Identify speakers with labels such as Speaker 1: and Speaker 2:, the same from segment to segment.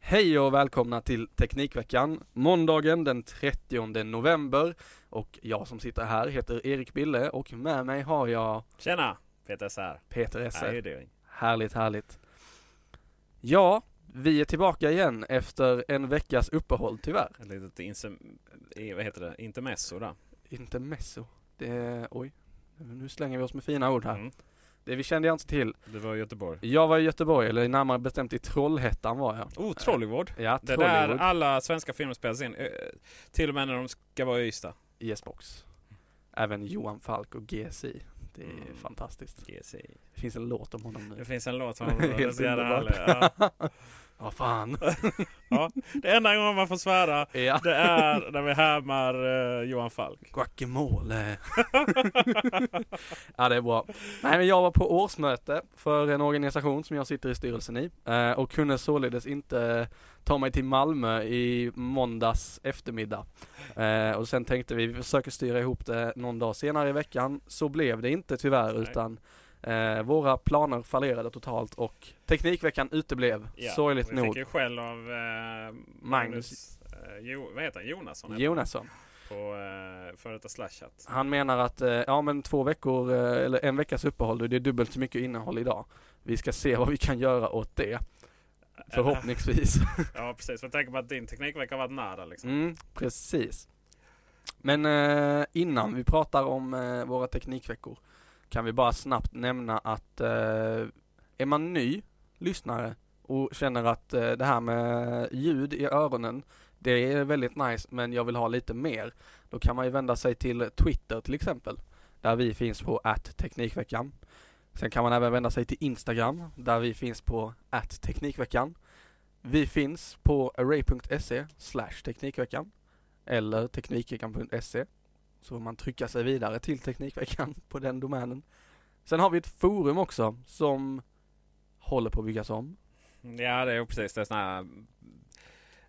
Speaker 1: Hej och välkomna till Teknikveckan, måndagen den 30 november och jag som sitter här heter Erik Bille och med mig har jag
Speaker 2: Tjena! Peter Sär.
Speaker 1: Peter
Speaker 2: How you
Speaker 1: Esse.
Speaker 2: doing?
Speaker 1: Härligt, härligt. Ja, vi är tillbaka igen efter en veckas uppehåll tyvärr.
Speaker 2: Ett litet insem... eh, Vad heter det? Intermezzo där.
Speaker 1: Inte messo. Det, oj, nu slänger vi oss med fina ord här.
Speaker 2: Mm.
Speaker 1: Det vi kände jag inte till.
Speaker 2: Det var i Göteborg.
Speaker 1: Jag var i Göteborg, eller närmare bestämt i Trollhättan var jag.
Speaker 2: Oh, Trollywood!
Speaker 1: Ja,
Speaker 2: Det är där ah.
Speaker 1: Trollywood.
Speaker 2: alla svenska filmer spelas in. Eh, Till och med när de ska vara i Ystad.
Speaker 1: IS-box. Även Johan Falk och GSI. Det är
Speaker 2: Mm.
Speaker 1: fantastiskt.
Speaker 2: GSI.
Speaker 1: Det finns en låt om honom
Speaker 2: Det
Speaker 1: nu.
Speaker 2: finns en låt som...
Speaker 1: Helt
Speaker 2: det är så jävla
Speaker 1: underbart.
Speaker 2: härlig. Ja.
Speaker 1: Ja, fan.
Speaker 2: Det enda gången man får svära,
Speaker 1: Ja.
Speaker 2: det är när vi härmar eh, Johan Falk.
Speaker 1: Guacamole. ja, det är bra. Nej, men jag var på årsmöte för en organisation som jag sitter i styrelsen i eh, och kunde således inte ta mig till Malmö i måndags eftermiddag. Eh, Och sen tänkte vi, vi försöker styra ihop det någon dag senare i veckan. Så blev det inte tyvärr,
Speaker 2: Nej.
Speaker 1: utan eh, våra planer fallerade totalt och Teknikveckan uteblev,
Speaker 2: Ja,
Speaker 1: sorgligt
Speaker 2: Vi fick
Speaker 1: nog.
Speaker 2: ju skäll av eh, Magnus... eh, jo, vad heter han? Jonasson? heter han.
Speaker 1: Jonasson.
Speaker 2: På eh, före detta Slashat.
Speaker 1: Han menar att, eh, ja men två veckor, eh, eller en veckas uppehåll, det är dubbelt så mycket innehåll idag. Vi ska se vad vi kan göra åt det, förhoppningsvis.
Speaker 2: Ja precis, jag tänker på att din teknikvecka har varit nära liksom.
Speaker 1: Mm, precis. Men eh, innan vi pratar om eh, våra teknikveckor kan vi bara snabbt nämna att eh, är man ny lyssnare och känner att eh, det här med ljud i öronen det är väldigt nice men jag vill ha lite mer. Då kan man ju vända sig till Twitter till exempel. Där vi finns på @teknikveckan. Sen kan man även vända sig till Instagram där vi finns på @teknikveckan. Vi finns på array.se slash Teknikveckan eller Teknikveckan.se så får man trycka sig vidare till Teknikveckan på den domänen. Sen har vi ett forum också som håller på att byggas om.
Speaker 2: Ja det är ju precis, det är sådana här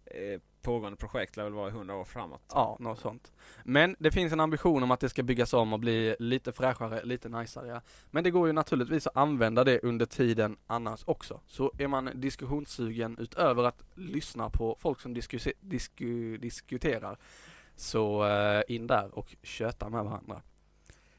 Speaker 2: eh, pågående projekt, lär väl vara i 100 år framåt.
Speaker 1: Ja, något sånt. Men det finns en ambition om att det ska byggas om och bli lite fräschare, lite najsare. Men det går ju naturligtvis att använda det under tiden annars också. Så är man diskussionssugen utöver att lyssna på folk som diskus- disku- diskuterar så eh, in där och köta med varandra.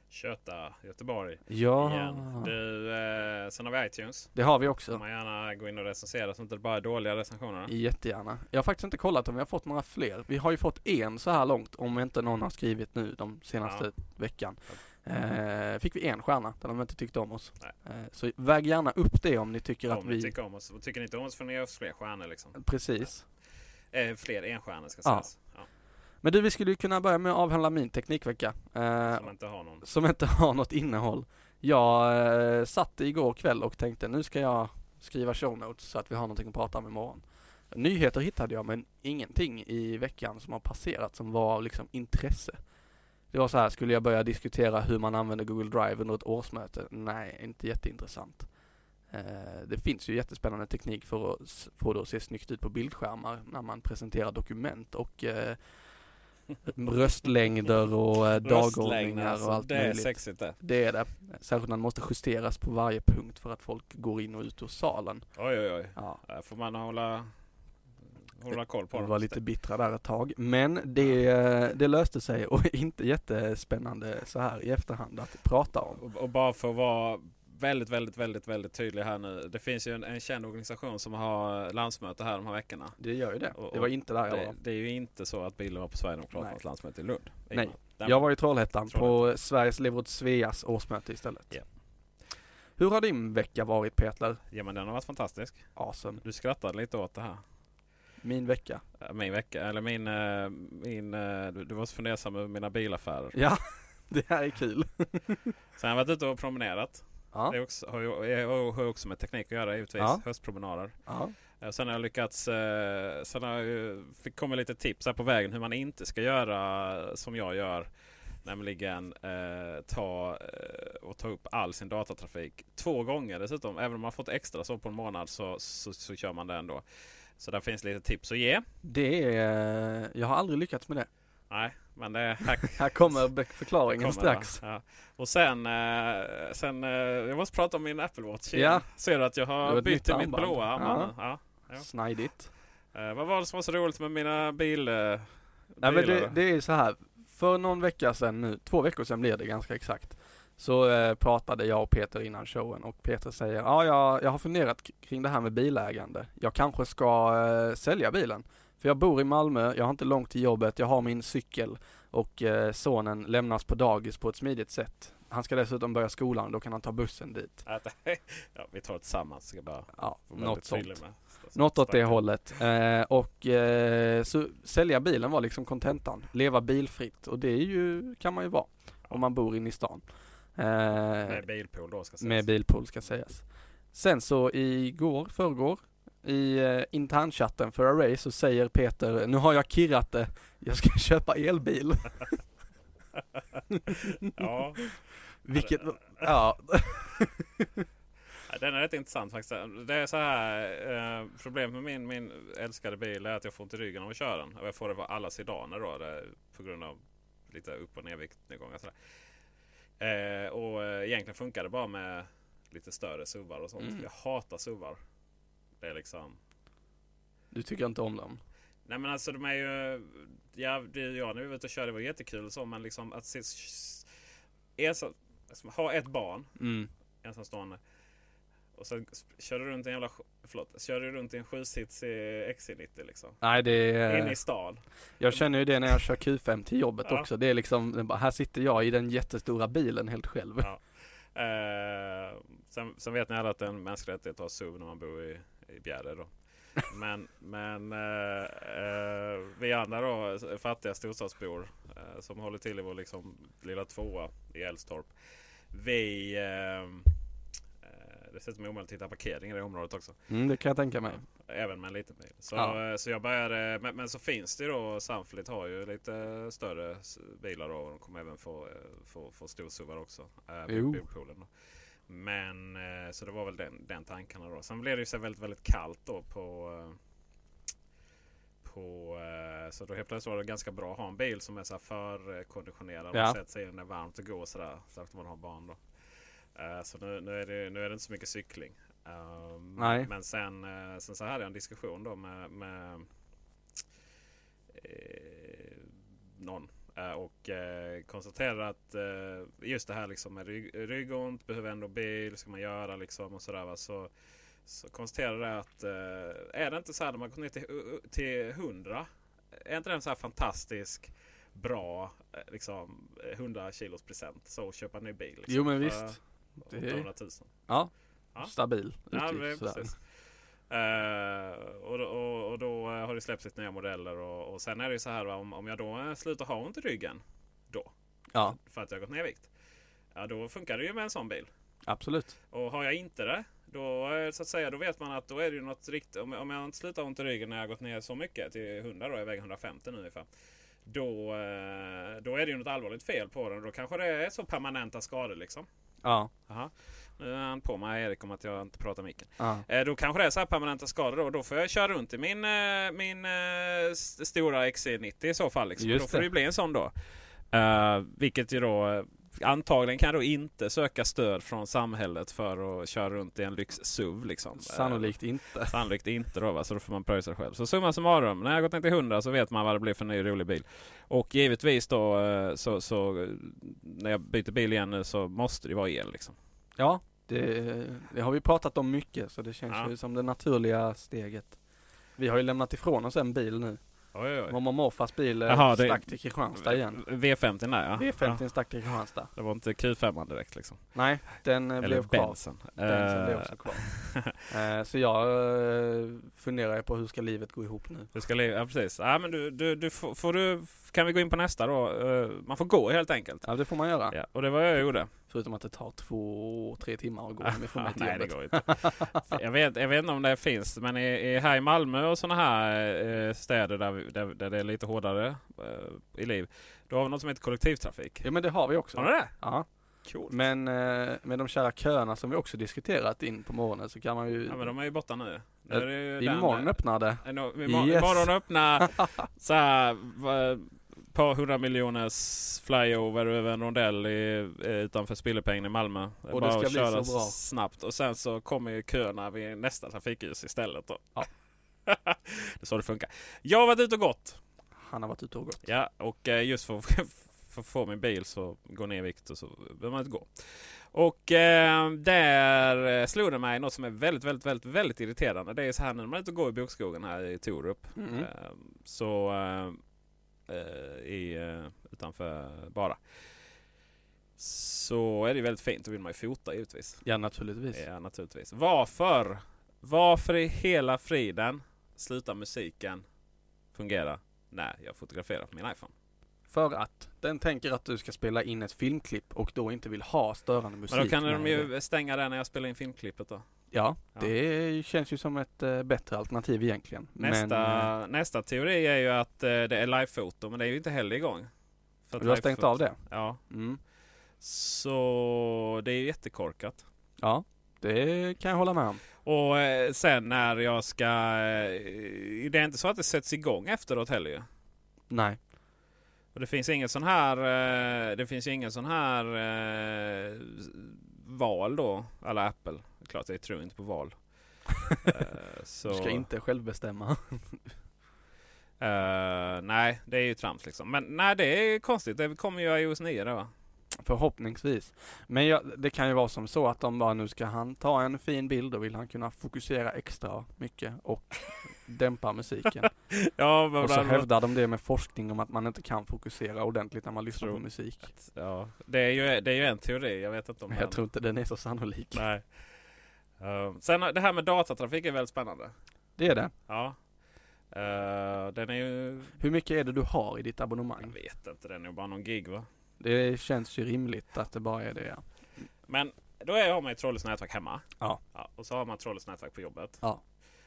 Speaker 2: Köta Göteborg
Speaker 1: Ja,
Speaker 2: igen. Du, eh, sen har vi iTunes.
Speaker 1: det har vi
Speaker 2: Får
Speaker 1: också.
Speaker 2: man gärna gå in och recensera så inte det bara är dåliga recensioner.
Speaker 1: Jättegärna. Jag har faktiskt inte kollat om vi har fått några fler. Vi har ju fått en så här långt om inte någon har skrivit nu de senaste veckan. Eh, fick vi en stjärna där de inte tyckte om oss. Eh, så väg gärna upp det om ni tycker att
Speaker 2: Om ni
Speaker 1: vi...
Speaker 2: tycker om oss. Och Tycker ni inte om oss får ni ge oss fler stjärnor liksom.
Speaker 1: Precis.
Speaker 2: Eh, fler enstjärnor ska
Speaker 1: Ja.
Speaker 2: sägas. Ja,
Speaker 1: Men du, vi skulle ju kunna börja med att avhandla min teknikvecka. Eh,
Speaker 2: som inte har någon.
Speaker 1: som inte har något innehåll. Jag eh, satt igår kväll och tänkte nu ska jag skriva show notes så att vi har någonting att prata om imorgon. Nyheter hittade jag men ingenting i veckan som har passerat som var av liksom intresse. Det var så här, skulle jag börja diskutera hur man använder Google Drive under ett årsmöte? Nej, inte jätteintressant. Eh, det finns ju jättespännande teknik för att s- få det att se snyggt ut på bildskärmar när man presenterar dokument och eh, röstlängder och eh,
Speaker 2: Röstlängd,
Speaker 1: dagordningar
Speaker 2: alltså.
Speaker 1: och allt
Speaker 2: Det är
Speaker 1: möjligt.
Speaker 2: sexigt det.
Speaker 1: Det är det. Särskilt när den måste justeras på varje punkt för att folk går in och ut ur salen.
Speaker 2: Oj, oj, oj.
Speaker 1: Ja,
Speaker 2: Där får man hålla, hålla koll på
Speaker 1: vi
Speaker 2: dem.
Speaker 1: var lite bittra där ett tag. Men det, eh, det löste sig och är inte jättespännande så här i efterhand att prata om.
Speaker 2: Och, och bara för att vara väldigt, väldigt, väldigt, väldigt tydlig här nu. Det finns ju en, en känd organisation som har landsmöte här de här veckorna.
Speaker 1: Det gör ju det.
Speaker 2: Och-
Speaker 1: Det var inte där jag
Speaker 2: Det,
Speaker 1: var.
Speaker 2: det är ju inte så att Billy var på Sverigedemokraternas
Speaker 1: Nej.
Speaker 2: landsmöte i Lund.
Speaker 1: Nej.
Speaker 2: Där-
Speaker 1: Jag var i Trollhättan på
Speaker 2: Trollhättan.
Speaker 1: Sveriges Leverot Sveas årsmöte istället.
Speaker 2: Ja.
Speaker 1: Hur har din vecka varit Petler?
Speaker 2: Ja men den har varit fantastisk.
Speaker 1: Awesome.
Speaker 2: Du skrattade lite åt det här.
Speaker 1: Min vecka.
Speaker 2: Eh, Min vecka, eller min, eh, min eh, du, du var så fundersam över mina bilaffärer.
Speaker 1: Ja, det här är kul.
Speaker 2: Sen har jag varit ute och promenerat.
Speaker 1: Ja,
Speaker 2: Det är också, har, ju, är- har ju också med teknik att göra givetvis.
Speaker 1: Ja.
Speaker 2: Höstpromenader.
Speaker 1: ja.
Speaker 2: Eh, Sen har jag lyckats, eh, sen har jag ju- fick komma lite tips här på vägen hur man inte ska göra eh, som jag gör. Nämligen eh, ta eh, och ta upp all sin datatrafik två gånger dessutom. Även om man har fått extra så på en månad så, så, så kör man det ändå. Så där finns lite tips att ge.
Speaker 1: Det är, eh, jag har aldrig lyckats med det.
Speaker 2: Nej, men det här
Speaker 1: Här kommer be- förklaringen
Speaker 2: Kommer, va?
Speaker 1: strax.
Speaker 2: Ja. Och sen, eh, sen eh, jag måste prata om min Apple Watch igen.
Speaker 1: Ja.
Speaker 2: Ser du att jag
Speaker 1: Det var
Speaker 2: har
Speaker 1: ett nytt
Speaker 2: bytt till mitt
Speaker 1: armband.
Speaker 2: blåa armband? Ja. Ja.
Speaker 1: Snidigt.
Speaker 2: Eh, vad var det som var så roligt med mina bil... Eh,
Speaker 1: Nej men
Speaker 2: bilar
Speaker 1: det,
Speaker 2: då?
Speaker 1: det är så här. För någon vecka sedan nu, två veckor sedan blir det ganska exakt. Så eh, pratade jag och Peter innan showen och Peter säger ja jag, jag har funderat k- kring det här med bilägande. Jag kanske ska eh, sälja bilen. För jag bor i Malmö, jag har inte långt till jobbet, jag har min cykel och eh, sonen lämnas på dagis på ett smidigt sätt. Han ska dessutom börja skolan, då kan han ta bussen dit.
Speaker 2: Att- ja, vi tar det tillsammans. Ska bara
Speaker 1: Ja,
Speaker 2: vara väldigt
Speaker 1: något sånt.
Speaker 2: tydlig med.
Speaker 1: Något åt det hållet. Eh, och eh, så sälja bilen var liksom kontentan. Leva bilfritt och det är ju, kan man ju vara om man bor inne i stan. Eh,
Speaker 2: Med bilpool då ska sägas.
Speaker 1: med bilpool ska sägas. Sen så igår, förrgår, i eh, internchatten för Array så säger Peter, nu har jag kirrat det, jag ska köpa elbil.
Speaker 2: Ja,
Speaker 1: Vilket, ja,
Speaker 2: den är rätt intressant faktiskt. Det är så här. Eh, problemet med min, min älskade bil är att jag får inte ryggen av att köra den. Och jag får det på alla sedaner då. Det, är på grund av lite upp och nedviktnedgångar. sådär. Eh, och eh, egentligen funkar det bara med lite större suvar och sånt.
Speaker 1: Mm.
Speaker 2: Jag hatar suvar. Det är liksom...
Speaker 1: du tycker inte om dem.
Speaker 2: Nej men alltså de är ju... Ja, det är jag när vi var ute och körde. Det var jättekul och så. Men liksom att se... Ensam, liksom, ha ett barn.
Speaker 1: Mm.
Speaker 2: Ensamstående. Och sen sp- kör du runt i en jävla... sj- Förlåt. Kör du runt i en sjutsitsig XC90 liksom.
Speaker 1: Nej det är...
Speaker 2: In i stan.
Speaker 1: Jag känner ju det när jag kör Q5 till jobbet
Speaker 2: Ja.
Speaker 1: också. Det är liksom, det är bara, här sitter jag i den jättestora bilen helt själv.
Speaker 2: Ja. Eh, sen, sen vet ni alla att det är en mänsklig rättighet att ha SUV när man bor i, i Bjärred. Då. Men, men eh, eh, vi andra då, fattiga storstadsbor eh, som håller till i vår liksom, lilla tvåa i Älvstorp. Vi... Eh, eh, dessutom är det omöjligt att hitta parkering i det området också.
Speaker 1: Mm, det kan jag tänka mig.
Speaker 2: Även med en liten bil. Så,
Speaker 1: Ja.
Speaker 2: eh, så jag började, men, men så finns det ju då, Sunfleet har ju lite större s- bilar då. Och de kommer även få, eh, få, få storsuvar också. eh, på
Speaker 1: Jo.
Speaker 2: Bilpoolen då. Men eh, så det var väl den, den tankarna då. Sen blev det ju så väldigt, väldigt kallt då på... eh, på eh, så då helt plötsligt var det ganska bra att ha en bil som är så här förkonditionerad.
Speaker 1: Ja.
Speaker 2: Man sätter sig i den när varmt och går och sådär. Särskilt om man har barn då. Eh, Så nu, nu, är det, nu är det inte så mycket cykling. Ehm,
Speaker 1: Nej.
Speaker 2: Men sen, eh, sen så hade jag en diskussion då med, med eh, någon. Eh, Och eh, konstaterade att eh, just det här liksom med rygg, ryggont, behöver ändå bil, ska man göra liksom och sådär. va. Så, så konstaterade jag att eh, är det inte så här när man går ner till, till 100. Är inte den så här fantastisk bra eh, liksom, eh, 100 kilos present. Så att köpa en ny bil. Liksom,
Speaker 1: Jo men
Speaker 2: för
Speaker 1: visst. Det är-
Speaker 2: 800 000.
Speaker 1: Ja.
Speaker 2: Ja.
Speaker 1: Stabil
Speaker 2: Ja,
Speaker 1: utgift
Speaker 2: men
Speaker 1: sådär.
Speaker 2: precis. Eh, och, då- och, och då eh, har det släppts lite nya modeller och, och sen är det ju så här va, om, om jag då eh, slutar ha ont i ryggen då
Speaker 1: Ja,
Speaker 2: för att jag har gått ner i vikt. Ja då funkar det ju med en sån bil.
Speaker 1: absolut.
Speaker 2: Och har jag inte det då eh, så att säga då vet man att då är det ju något riktigt. Om, om jag inte slutar ha ont i ryggen när jag har gått ner så mycket till 100 då, jag väger 150 nu ungefär. Då, eh, då är det ju något allvarligt fel på den. Då kanske det är så permanenta skador liksom.
Speaker 1: Ja.
Speaker 2: Aha. Nu är han på mig Erik om att jag inte pratar i micken.
Speaker 1: ja.
Speaker 2: Eh, Då kanske det är så här permanenta skador då. Då får jag köra runt i min, eh, min eh, s- stora XC90 i så fall. Liksom.
Speaker 1: Just
Speaker 2: Då får
Speaker 1: det.
Speaker 2: det ju bli en sån då. Eh, vilket ju då eh, antagligen kan jag då inte söka stöd från samhället för att köra runt i en lyx-SUV. Liksom. Eh,
Speaker 1: Sannolikt inte.
Speaker 2: Sannolikt inte då va? så då får man pröjsa sig själv. Så summa summarum, när jag gått ner till 100 så vet man vad det blir för en ny rolig bil. Och givetvis då eh, så, så eh, när jag byter bil igen nu så måste det vara el liksom.
Speaker 1: Ja, det, det har vi pratat om mycket så det känns
Speaker 2: Ja.
Speaker 1: ju som det naturliga steget. Vi har ju lämnat ifrån oss en bil nu.
Speaker 2: Oj, oj,
Speaker 1: Mamma och morfars bil eh,
Speaker 2: Jaha, det-
Speaker 1: stack till Kristianstad igen.
Speaker 2: V50 där ja.
Speaker 1: Det är
Speaker 2: ja.
Speaker 1: 50 stack till Kristianstad.
Speaker 2: Det var inte Q5 direkt liksom.
Speaker 1: Nej, den eh,
Speaker 2: Eller
Speaker 1: blev kvar.
Speaker 2: Benson.
Speaker 1: Den som
Speaker 2: Eh,
Speaker 1: blev också kvar. Eh, så jag eh, funderar ju på hur ska livet gå ihop nu?
Speaker 2: Du ska leva, ja precis. Ja, men du, du, du får, får du, kan vi gå in på nästa då? Eh, man får gå helt enkelt.
Speaker 1: Ja det får man göra.
Speaker 2: Ja, och det var jag gjorde.
Speaker 1: Förutom att det tar två, tre timmar att gå hemifrån mig till
Speaker 2: Nej, det
Speaker 1: jobbet.
Speaker 2: går inte. jag, vet, jag vet inte om det finns, men i, i, här i Malmö och sådana här eh, städer där, vi, där, där det är lite hårdare eh, i liv. Då har vi något som heter kollektivtrafik.
Speaker 1: Ja men det har vi också.
Speaker 2: Har ni det?
Speaker 1: Ja.
Speaker 2: Cool.
Speaker 1: Men eh, med de kära köerna som vi också diskuterat in på morgonen så kan man ju...
Speaker 2: Ja, men de är ju borta nu. nu är det ju den-
Speaker 1: Imorgon öppnar det.
Speaker 2: Eh, no, Imorgon,
Speaker 1: Yes.
Speaker 2: imorgon öppnar så här, va- par hundra miljoners flyover över en rondell i, eh, utanför Spillepengen i Malmö. Det är
Speaker 1: Och det
Speaker 2: bara
Speaker 1: ska
Speaker 2: att
Speaker 1: bli
Speaker 2: köra
Speaker 1: så bra.
Speaker 2: snabbt. Och sen så kommer ju köerna vid nästa trafikljus istället. Då.
Speaker 1: Ja.
Speaker 2: det är så det funkar. Jag har varit ute och gått.
Speaker 1: Han har varit ute och gått.
Speaker 2: Ja, och eh, just för, för, att få min bil så går ner i vikt och så behöver man inte gå. Och eh, där eh, slog det mig något som är väldigt, väldigt, väldigt, väldigt irriterande. Det är så här när man är ute och går i bokskogen här i Torup.
Speaker 1: Mm.
Speaker 2: Eh, Så eh, eh, i, eh, utanför Bara. Så är det ju väldigt fint. Då vill man ju fota givetvis.
Speaker 1: Ja naturligtvis.
Speaker 2: Ja, naturligtvis. Varför? Varför i hela friden slutar musiken fungera när jag fotograferar på min iPhone?
Speaker 1: För att den tänker att du ska spela in ett filmklipp och då inte vill ha störande musik.
Speaker 2: Men då kan
Speaker 1: med
Speaker 2: de
Speaker 1: det.
Speaker 2: ju stänga den när jag spelar in filmklippet då.
Speaker 1: Ja,
Speaker 2: Ja.
Speaker 1: det känns ju som ett eh, bättre alternativ egentligen. Men, eh,
Speaker 2: Nästa, nästa teori är ju att eh, det är livefoto men det är ju inte heller igång. För att
Speaker 1: du har stängt
Speaker 2: livefoto-
Speaker 1: av det?
Speaker 2: Ja.
Speaker 1: Mm.
Speaker 2: Så det är ju jättekorkat.
Speaker 1: Ja, det kan jag hålla med om.
Speaker 2: Och eh, sen när jag ska... eh, Det är inte så att det sätts igång efteråt heller ju.
Speaker 1: Nej.
Speaker 2: Och det finns ingen sån här... eh, Det finns ju ingen sån här eh, val då. Alla Apple. Klart jag tror inte på val. Eh, så,
Speaker 1: Du ska inte själv bestämma.
Speaker 2: eh, nej, det är ju trams liksom. Men nej, det är konstigt. Det kommer ju iOS 9 då va?
Speaker 1: Förhoppningsvis. Men jag, det kan ju vara som så att de bara nu ska han ta en fin bild och vill han kunna fokusera extra mycket och dämpa musiken.
Speaker 2: Ja, men
Speaker 1: Och så
Speaker 2: bland-
Speaker 1: hävdar de det med forskning om att man inte kan fokusera ordentligt när man lyssnar
Speaker 2: Tror-
Speaker 1: på musik.
Speaker 2: ja, det, är ju, det är ju en teori. Jag vet inte om
Speaker 1: Men
Speaker 2: den-
Speaker 1: jag tror inte den är så sannolik.
Speaker 2: Nej. Eh, sen det här med datatrafik är väldigt spännande.
Speaker 1: Det är det.
Speaker 2: Ja. Eh, den är ju...
Speaker 1: Hur mycket är det du har i ditt
Speaker 2: Jag
Speaker 1: abonnemang?
Speaker 2: vet inte, den är ju bara någon gig va?
Speaker 1: Det känns ju rimligt att det bara är det ja.
Speaker 2: Men då är, har man ju trådlöst nätverk hemma.
Speaker 1: Ja.
Speaker 2: Och så har man trådlöst nätverk på jobbet.
Speaker 1: Ja.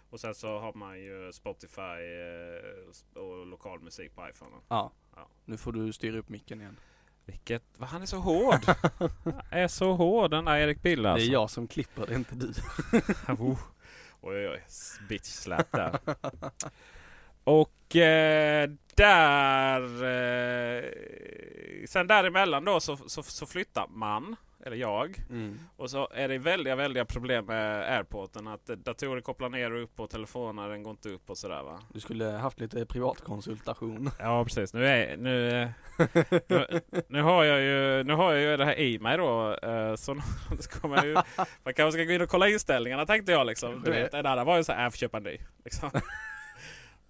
Speaker 2: Och sen så har man ju Spotify eh, sp- och lokal musik på iPhone.
Speaker 1: ja.
Speaker 2: Ja.
Speaker 1: Nu får du styra upp micken igen.
Speaker 2: Vilket... Va, han är så hård! är så hård den där Erik Bill alltså.
Speaker 1: Det är jag som klipper, det är inte du.
Speaker 2: oh. Oj oj oj, bitch slap där. Och eh, där... Eh, sen däremellan då så, så, så flyttar man, eller jag.
Speaker 1: Mm.
Speaker 2: Och så är det väldiga, väldiga problem med airporten. Att eh, datorer kopplar ner och upp och telefoner den går inte upp och sådär va.
Speaker 1: Du skulle haft lite privatkonsultation.
Speaker 2: Ja precis. Nu, är, nu, eh, nu, nu, har jag ju, nu har jag ju det här i mig då. eh, Så nu så kommer jag ju... Man kanske ska gå in och kolla inställningarna tänkte jag liksom. Du vet, det där var ju så här, "Äh, jag får köpa en ny. Liksom.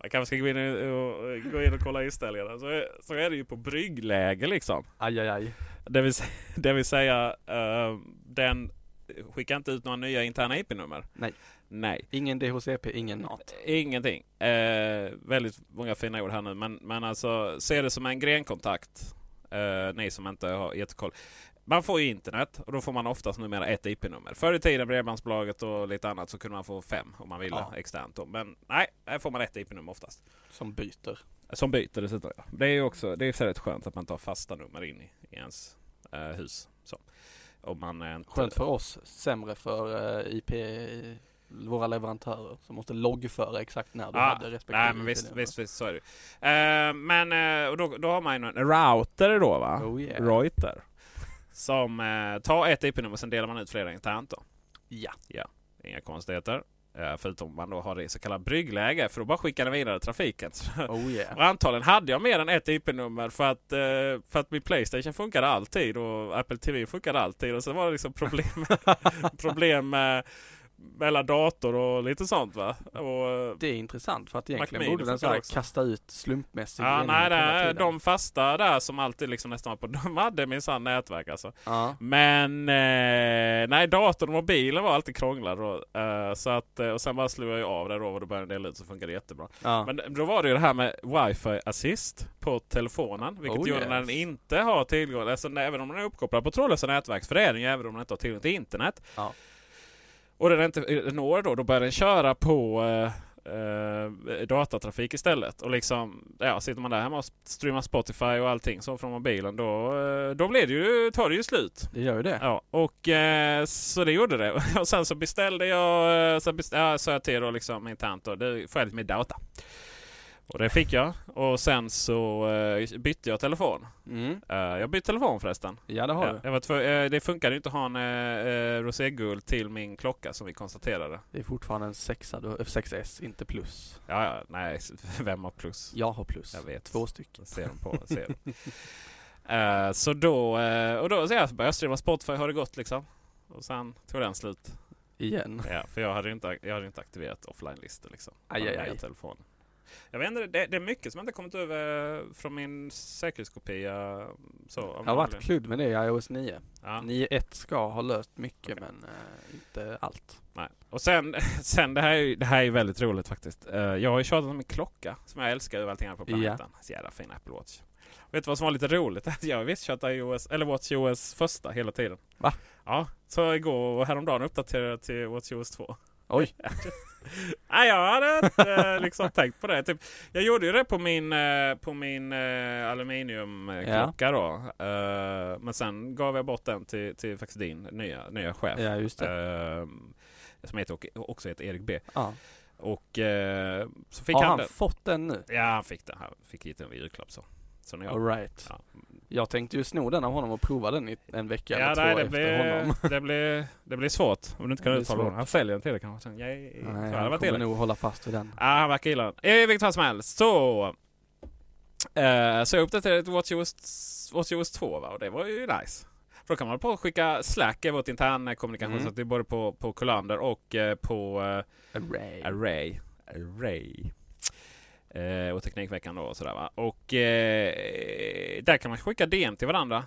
Speaker 2: Jag kanske ska gå in och, och, gå in och kolla inställningarna. Så, är- så är det ju på bryggläge liksom.
Speaker 1: Aj, aj, aj.
Speaker 2: Det vill, sä- det vill säga, eh, den skickar inte ut några nya interna IP-nummer.
Speaker 1: Nej.
Speaker 2: Nej.
Speaker 1: Ingen DHCP, ingen NAT.
Speaker 2: Ingenting. Eh, väldigt många fina ord här nu. Men, men alltså, se det som en grenkontakt. Eh, ni som inte har jättekoll. Man får ju internet och då får man oftast numera ett IP-nummer. Förr i tiden, Bredbandsbolaget och lite annat, så kunde man få fem om man ville
Speaker 1: Ja.
Speaker 2: externt. då. Men nej, här får man ett IP-nummer oftast.
Speaker 1: Som byter.
Speaker 2: Som byter dessutom. ja. Det är ju också det är så rätt skönt att man tar fasta nummer in i, i ens eh, hus. Så. Om man är inte,
Speaker 1: Skönt för oss, sämre för eh, IP, våra leverantörer som måste loggföra exakt när du
Speaker 2: Ja,
Speaker 1: hade respektive
Speaker 2: Ah, Nej men visst,
Speaker 1: IP-nummer.
Speaker 2: visst, visst så är det ju. Eh, Men eh, och då, då har man ju en router då va?
Speaker 1: Oh yeah.
Speaker 2: Reuter. Som eh, tar ett IP-nummer sen delar man ut flera internt då.
Speaker 1: Ja.
Speaker 2: Inga konstigheter. Eh, förutom man då har det i så kallat bryggläge för då bara skickar den vidare trafiken. Så-
Speaker 1: Oh yeah.
Speaker 2: Och antagligen hade jag mer än ett IP-nummer för att, eh, för att min Playstation funkade alltid och Apple TV funkade alltid. Och så var det liksom problem, problem eh, mellan dator och lite sånt va. Och, eh,
Speaker 1: Det är intressant för att egentligen
Speaker 2: Macmini
Speaker 1: borde den så
Speaker 2: funkar
Speaker 1: här
Speaker 2: också.
Speaker 1: kasta ut slumpmässigt.
Speaker 2: Ja,
Speaker 1: genom
Speaker 2: nej, det
Speaker 1: hela
Speaker 2: är
Speaker 1: tiden.
Speaker 2: de fasta där som alltid liksom nästan var på. De hade minsann nätverk alltså.
Speaker 1: Ja.
Speaker 2: Men eh, nej, datorn och mobilen var alltid krånglade då. Eh, så att, eh, och sen bara slog jag ju av det då och då började den dela ut så funkade det jättebra.
Speaker 1: Ja.
Speaker 2: Men då var det ju det här med wifi assist på telefonen. Vilket
Speaker 1: Oh,
Speaker 2: gör
Speaker 1: yes.
Speaker 2: när den inte har tillgång. Alltså, när- även om den är uppkopplad på trådlösa nätverk. För det är den ju även om den inte har tillgång till internet.
Speaker 1: Ja.
Speaker 2: Och den inte eh, når då, då börjar den köra på eh, eh, datatrafik istället. Och liksom, ja, sitter man där hemma och streamar Spotify och allting så från mobilen. Då, eh, då blir det ju, tar det ju slut.
Speaker 1: Det gör ju det.
Speaker 2: Ja, och eh, så det gjorde det. Och sen så beställde jag, eh, så best, ja, sa jag till då liksom internt då, du får jag lite mer data. Och det fick jag. Och sen så eh, bytte jag telefon.
Speaker 1: Mm.
Speaker 2: Eh, jag bytte telefon förresten.
Speaker 1: Ja, det har
Speaker 2: Ja,
Speaker 1: du.
Speaker 2: jag var tvungen- eh, det funkade ju inte att ha en eh, eh, roséguld till min klocka som vi konstaterade.
Speaker 1: Det är fortfarande en sexa, du, 6S, inte plus.
Speaker 2: Ja, ja, nej, vem har plus?
Speaker 1: Jag har plus.
Speaker 2: Jag vet.
Speaker 1: Två stycken.
Speaker 2: Ser de på, ser de. Eh, så då, eh, och då så jag började jag streama Spotify, har det gått liksom. Och sen tog den slut.
Speaker 1: Igen.
Speaker 2: Ja, för jag hade ju inte, jag hade ju inte aktiverat offline-listor liksom.
Speaker 1: Aj,
Speaker 2: På
Speaker 1: aj,
Speaker 2: den
Speaker 1: aj.
Speaker 2: nya telefonen. Jag vet inte, det, det är mycket som inte kommit över från min säkerhetskopia. Så,
Speaker 1: Jag
Speaker 2: av
Speaker 1: har
Speaker 2: vanlig-
Speaker 1: varit kludd med det i iOS 9.
Speaker 2: ja,
Speaker 1: 9.1 ska ha löst mycket men eh, inte allt.
Speaker 2: nej. Och sen, sen det, här är, ju- det här är ju väldigt roligt faktiskt. Eh, jag har ju tjatat om min klocka som jag älskar över allting här på
Speaker 1: Ja.
Speaker 2: planeten. Så jävla fin Apple Watch. Vet du vad som var lite roligt? Att Jag visst tjatar iOS, eller WatchOS första hela tiden.
Speaker 1: Va?
Speaker 2: Ja, så igår och häromdagen uppdaterade jag till WatchOS 2.
Speaker 1: Oj!
Speaker 2: Nej, jag hade inte eh, liksom tänkt på det. Typ, jag gjorde ju det på min, eh, på min eh, aluminiumklocka då. Eh, men sen gav jag bort den till, till faktiskt din nya, nya chef.
Speaker 1: Ja just det.
Speaker 2: Eh, som heter, och- också heter Erik B.
Speaker 1: Ja.
Speaker 2: Och eh, så fick
Speaker 1: Har
Speaker 2: han,
Speaker 1: han
Speaker 2: den.
Speaker 1: fått den nu?
Speaker 2: Ja, han fick den. Han fick hit den i julklapp så. Så när jag...
Speaker 1: Alright.
Speaker 2: Ja.
Speaker 1: Jag tänkte ju sno den av honom och prova den i en vecka
Speaker 2: Ja,
Speaker 1: eller två
Speaker 2: nej, det,
Speaker 1: efter
Speaker 2: blir,
Speaker 1: honom.
Speaker 2: det, blir, det blir svårt om du inte kan
Speaker 1: Det blir
Speaker 2: uttala
Speaker 1: svårt.
Speaker 2: honom. Han säljer den till dig kanske. Sen, yay. Så
Speaker 1: Nej,
Speaker 2: hade
Speaker 1: han
Speaker 2: varit
Speaker 1: kommer
Speaker 2: elak.
Speaker 1: nog hålla fast vid den.
Speaker 2: Ja, han verkar gilla den. I vilket fall som helst så... eh, så jag uppdaterade till WatchOS, WatchOS 2 va? och det var ju nice. För då kan man hålla på och skicka Slack i vårt interna kommunikation
Speaker 1: Mm.
Speaker 2: så att det är både på, på Kulander och eh, på eh,
Speaker 1: Array.
Speaker 2: Array. Array. Eh, och Teknikveckan då och sådär va. Och eh, där kan man skicka DM till varandra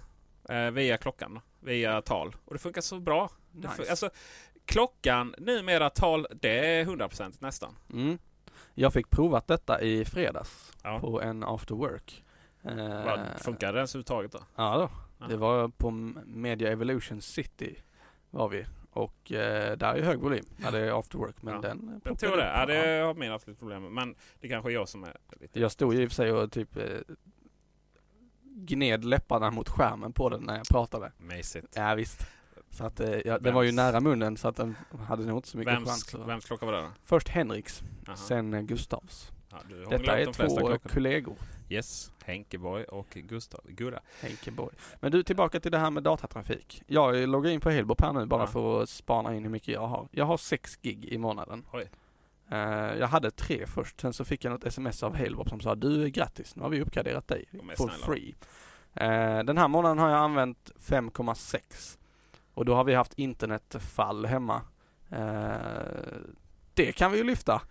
Speaker 2: eh, via klockan. Via tal. Och det funkar så bra. Det fun-
Speaker 1: Nice.
Speaker 2: alltså, klockan, numera tal, det är 100% nästan.
Speaker 1: Mm. Jag fick provat detta i fredags
Speaker 2: Ja.
Speaker 1: på en after work. Eh,
Speaker 2: Vad Funkar det ens överhuvudtaget då?
Speaker 1: Ja då.
Speaker 2: Ja.
Speaker 1: Det var på M- Media Evolution City var vi. Och eh, där är hög volym när det är after work. Men
Speaker 2: Ja.
Speaker 1: den
Speaker 2: Jag
Speaker 1: plockade
Speaker 2: tror det.
Speaker 1: upp.
Speaker 2: Ja, det har min haft lite problem med. Men det kanske är jag som är lite...
Speaker 1: Jag stod ju i och för sig och typ eh, gned läpparna mot skärmen på den när jag pratade.
Speaker 2: Mysigt.
Speaker 1: Ja visst. Så att eh, jag, den var ju
Speaker 2: Vems-
Speaker 1: nära munnen så att den hade nog inte så mycket
Speaker 2: Vems,
Speaker 1: chans. att-
Speaker 2: vems klocka var det då?
Speaker 1: Först Henriks,
Speaker 2: Aha.
Speaker 1: sen eh, Gustavs.
Speaker 2: Ja, du hånglar
Speaker 1: Detta
Speaker 2: upp
Speaker 1: är
Speaker 2: de flesta
Speaker 1: två eh,
Speaker 2: klockorna.
Speaker 1: kollegor.
Speaker 2: Yes. Henkeboy och Gustav. Gurra.
Speaker 1: Henkeborg. Men du, tillbaka till det här med datatrafik. Jag loggar in på Halebop här nu bara
Speaker 2: Ja.
Speaker 1: för att spana in hur mycket jag har. Jag har 6 gig i månaden.
Speaker 2: Oj.
Speaker 1: Eh, jag hade tre först, sen så fick jag något sms av Halebop som sa du, grattis, nu har vi uppgraderat dig.
Speaker 2: De är
Speaker 1: For
Speaker 2: snälla.
Speaker 1: free. Eh, den här månaden har jag använt 5,6. Och då har vi haft internetfall hemma. Eh, det kan vi ju lyfta.